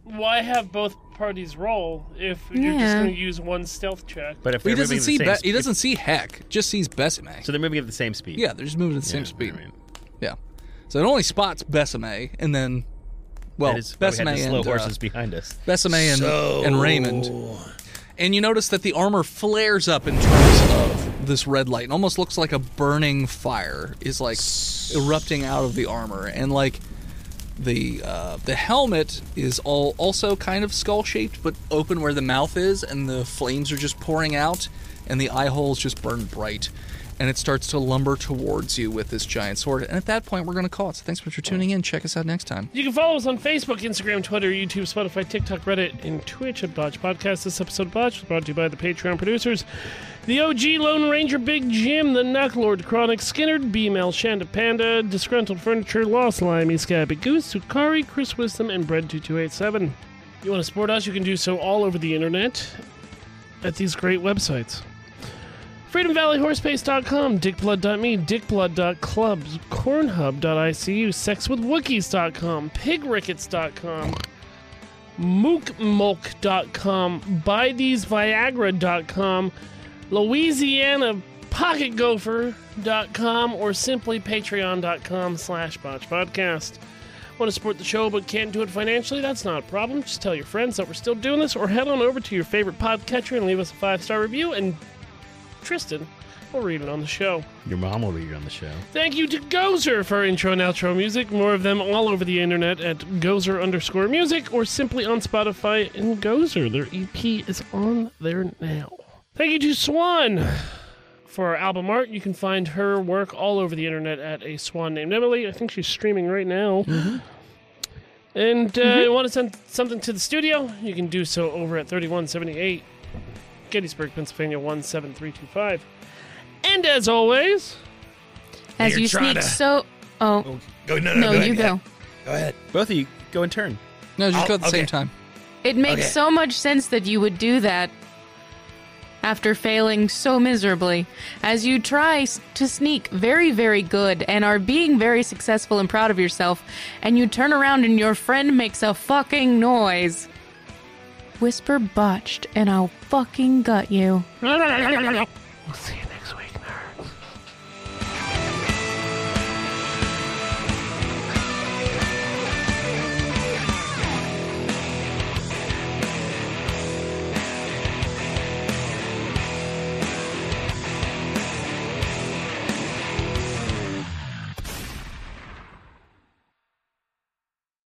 why have both parties roll if you're just
Yeah.
going to use one stealth check?
But if
he
they're
doesn't
moving at
see
the
Be-
same
he
speed-
doesn't see heck just sees besame
So they're moving at the same speed.
yeah they're just moving at the
Yeah,
same speed
I mean,
yeah so it only spots besame and then well
that is why we had
besame
the slow
and uh,
horses behind us.
Besame and,
So-
and Raymond. And you notice that the armor flares up in terms of this red light. It almost looks like a burning fire is like erupting out of the armor, and like the uh, the helmet is all also kind of skull shaped, but open where the mouth is, and the flames are just pouring out, and the eye holes just burn bright. And it starts to lumber towards you with this giant sword. And at that point, we're going to call it. So thanks for tuning in. Check us out next time.
You can follow us on Facebook, Instagram, Twitter, YouTube, Spotify, TikTok, Reddit, and Twitch at Botch Podcast. This episode of Botch was brought to you by the Patreon producers, the OG Lone Ranger, Big Jim, the Knucklord, Chronic Skinner, B-Mail, Shanda Panda, Disgruntled Furniture, Lost Limey, Scabby Goose, Sukari, Chris Wisdom, and Bread2287. You want to support us? You can do so all over the internet at these great websites. FreedomValleyHorsepace.com, DickBlood.me, DickBlood.club, Cornhub.icu, SexWithWookies.com, PigRickets.com, MookMulk.com, BuyTheseViagra.com, Louisiana PocketGopher.com, or simply Patreon.com slash Botch Podcast. Want to support the show but can't do it financially? That's not a problem. Just tell your friends that we're still doing this, or head on over to your favorite podcatcher and leave us a five star review and Tristan will read it on the show.
Your mom will read it on the show.
Thank you to Gozer for intro and outro music. More of them all over the internet at Gozer underscore music or simply on Spotify E and Gozer. Their EP is on there now. Thank you to Swan for our album art. You can find her work all over the internet at a swan named Emily. I think she's streaming right now. And uh, you want to send something to the studio? You can do so over at 3178 Gettysburg, Pennsylvania 17325. And as always,
As
You're
you
trying
sneak
to-
so. Oh,
Go no no,
no,
go ahead.
you go.
Go ahead.
Both of you go in turn.
No, just
I'll-
go at the
okay.
same time.
It makes
Okay.
so much sense that you would do that after failing so miserably. As you try s- to sneak very, very good and are being very successful and proud of yourself, and you turn around and your friend makes a fucking noise. Whisper botched, and I'll fucking gut you.
we'll see you next week, nerds.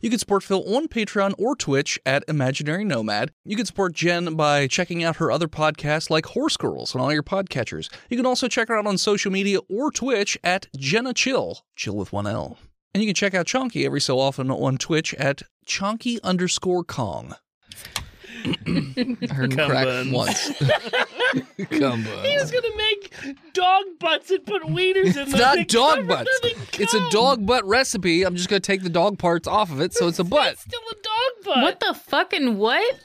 You can support Phil on Patreon or Twitch at Imaginary Nomad. You can support Jen by checking out her other podcasts like Horse Girls on all your podcatchers. You can also check her out on social media or Twitch at Jenna Chill, chill with one L. And you can check out Chonky every so often on Twitch at Chonky underscore Kong. I heard him crack
Cumbuns.
once. Cumbuns.
He was gonna make dog butts and put wieners in them.
It's not
They
dog
covered them
butts.
in
It's a
cum.
dog butt recipe. I'm just going to take the dog parts off of it, so it's a butt.
It's still a dog butt.
What the fucking what?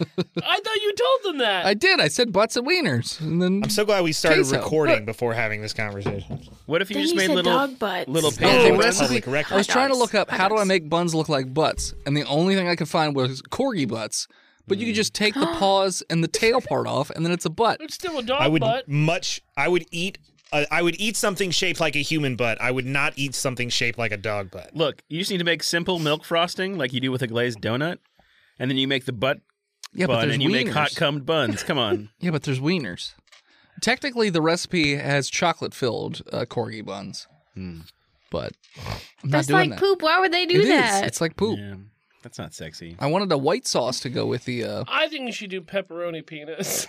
I thought you told them that.
I did. I said butts and wieners, and then
I'm so glad we started
Queso.
recording before having this conversation.
What if you
Then
just
you
made
said
little
dog butts.
little
Oh,
the
pancake
it's
buns?
recipe-
public record.
I was trying to
dogs.
look up
Hot
how do I
dogs.
make buns look like butts, and the only thing I could find was corgi butts. But you could just take the paws and the tail part off, and then it's a butt.
It's still a dog
I would
butt.
much. I would eat. Uh, I would eat something shaped like a human butt. I would not eat something shaped like a dog butt.
Look, you just need to make simple milk frosting like you do with a glazed donut, and then you make the butt
Yeah, but
bun
there's
and you make hot
wieners.
cummed buns. Come on.
Yeah, but there's wieners. Technically, the recipe has chocolate filled uh, corgi buns,
Hmm.
but I'm
That's
not doing
like
that.
poop. Why would they
It
do
is.
that?
It's like poop.
Yeah, that's not sexy.
I wanted a white sauce to go with the. Uh,
I think you should do pepperoni penis.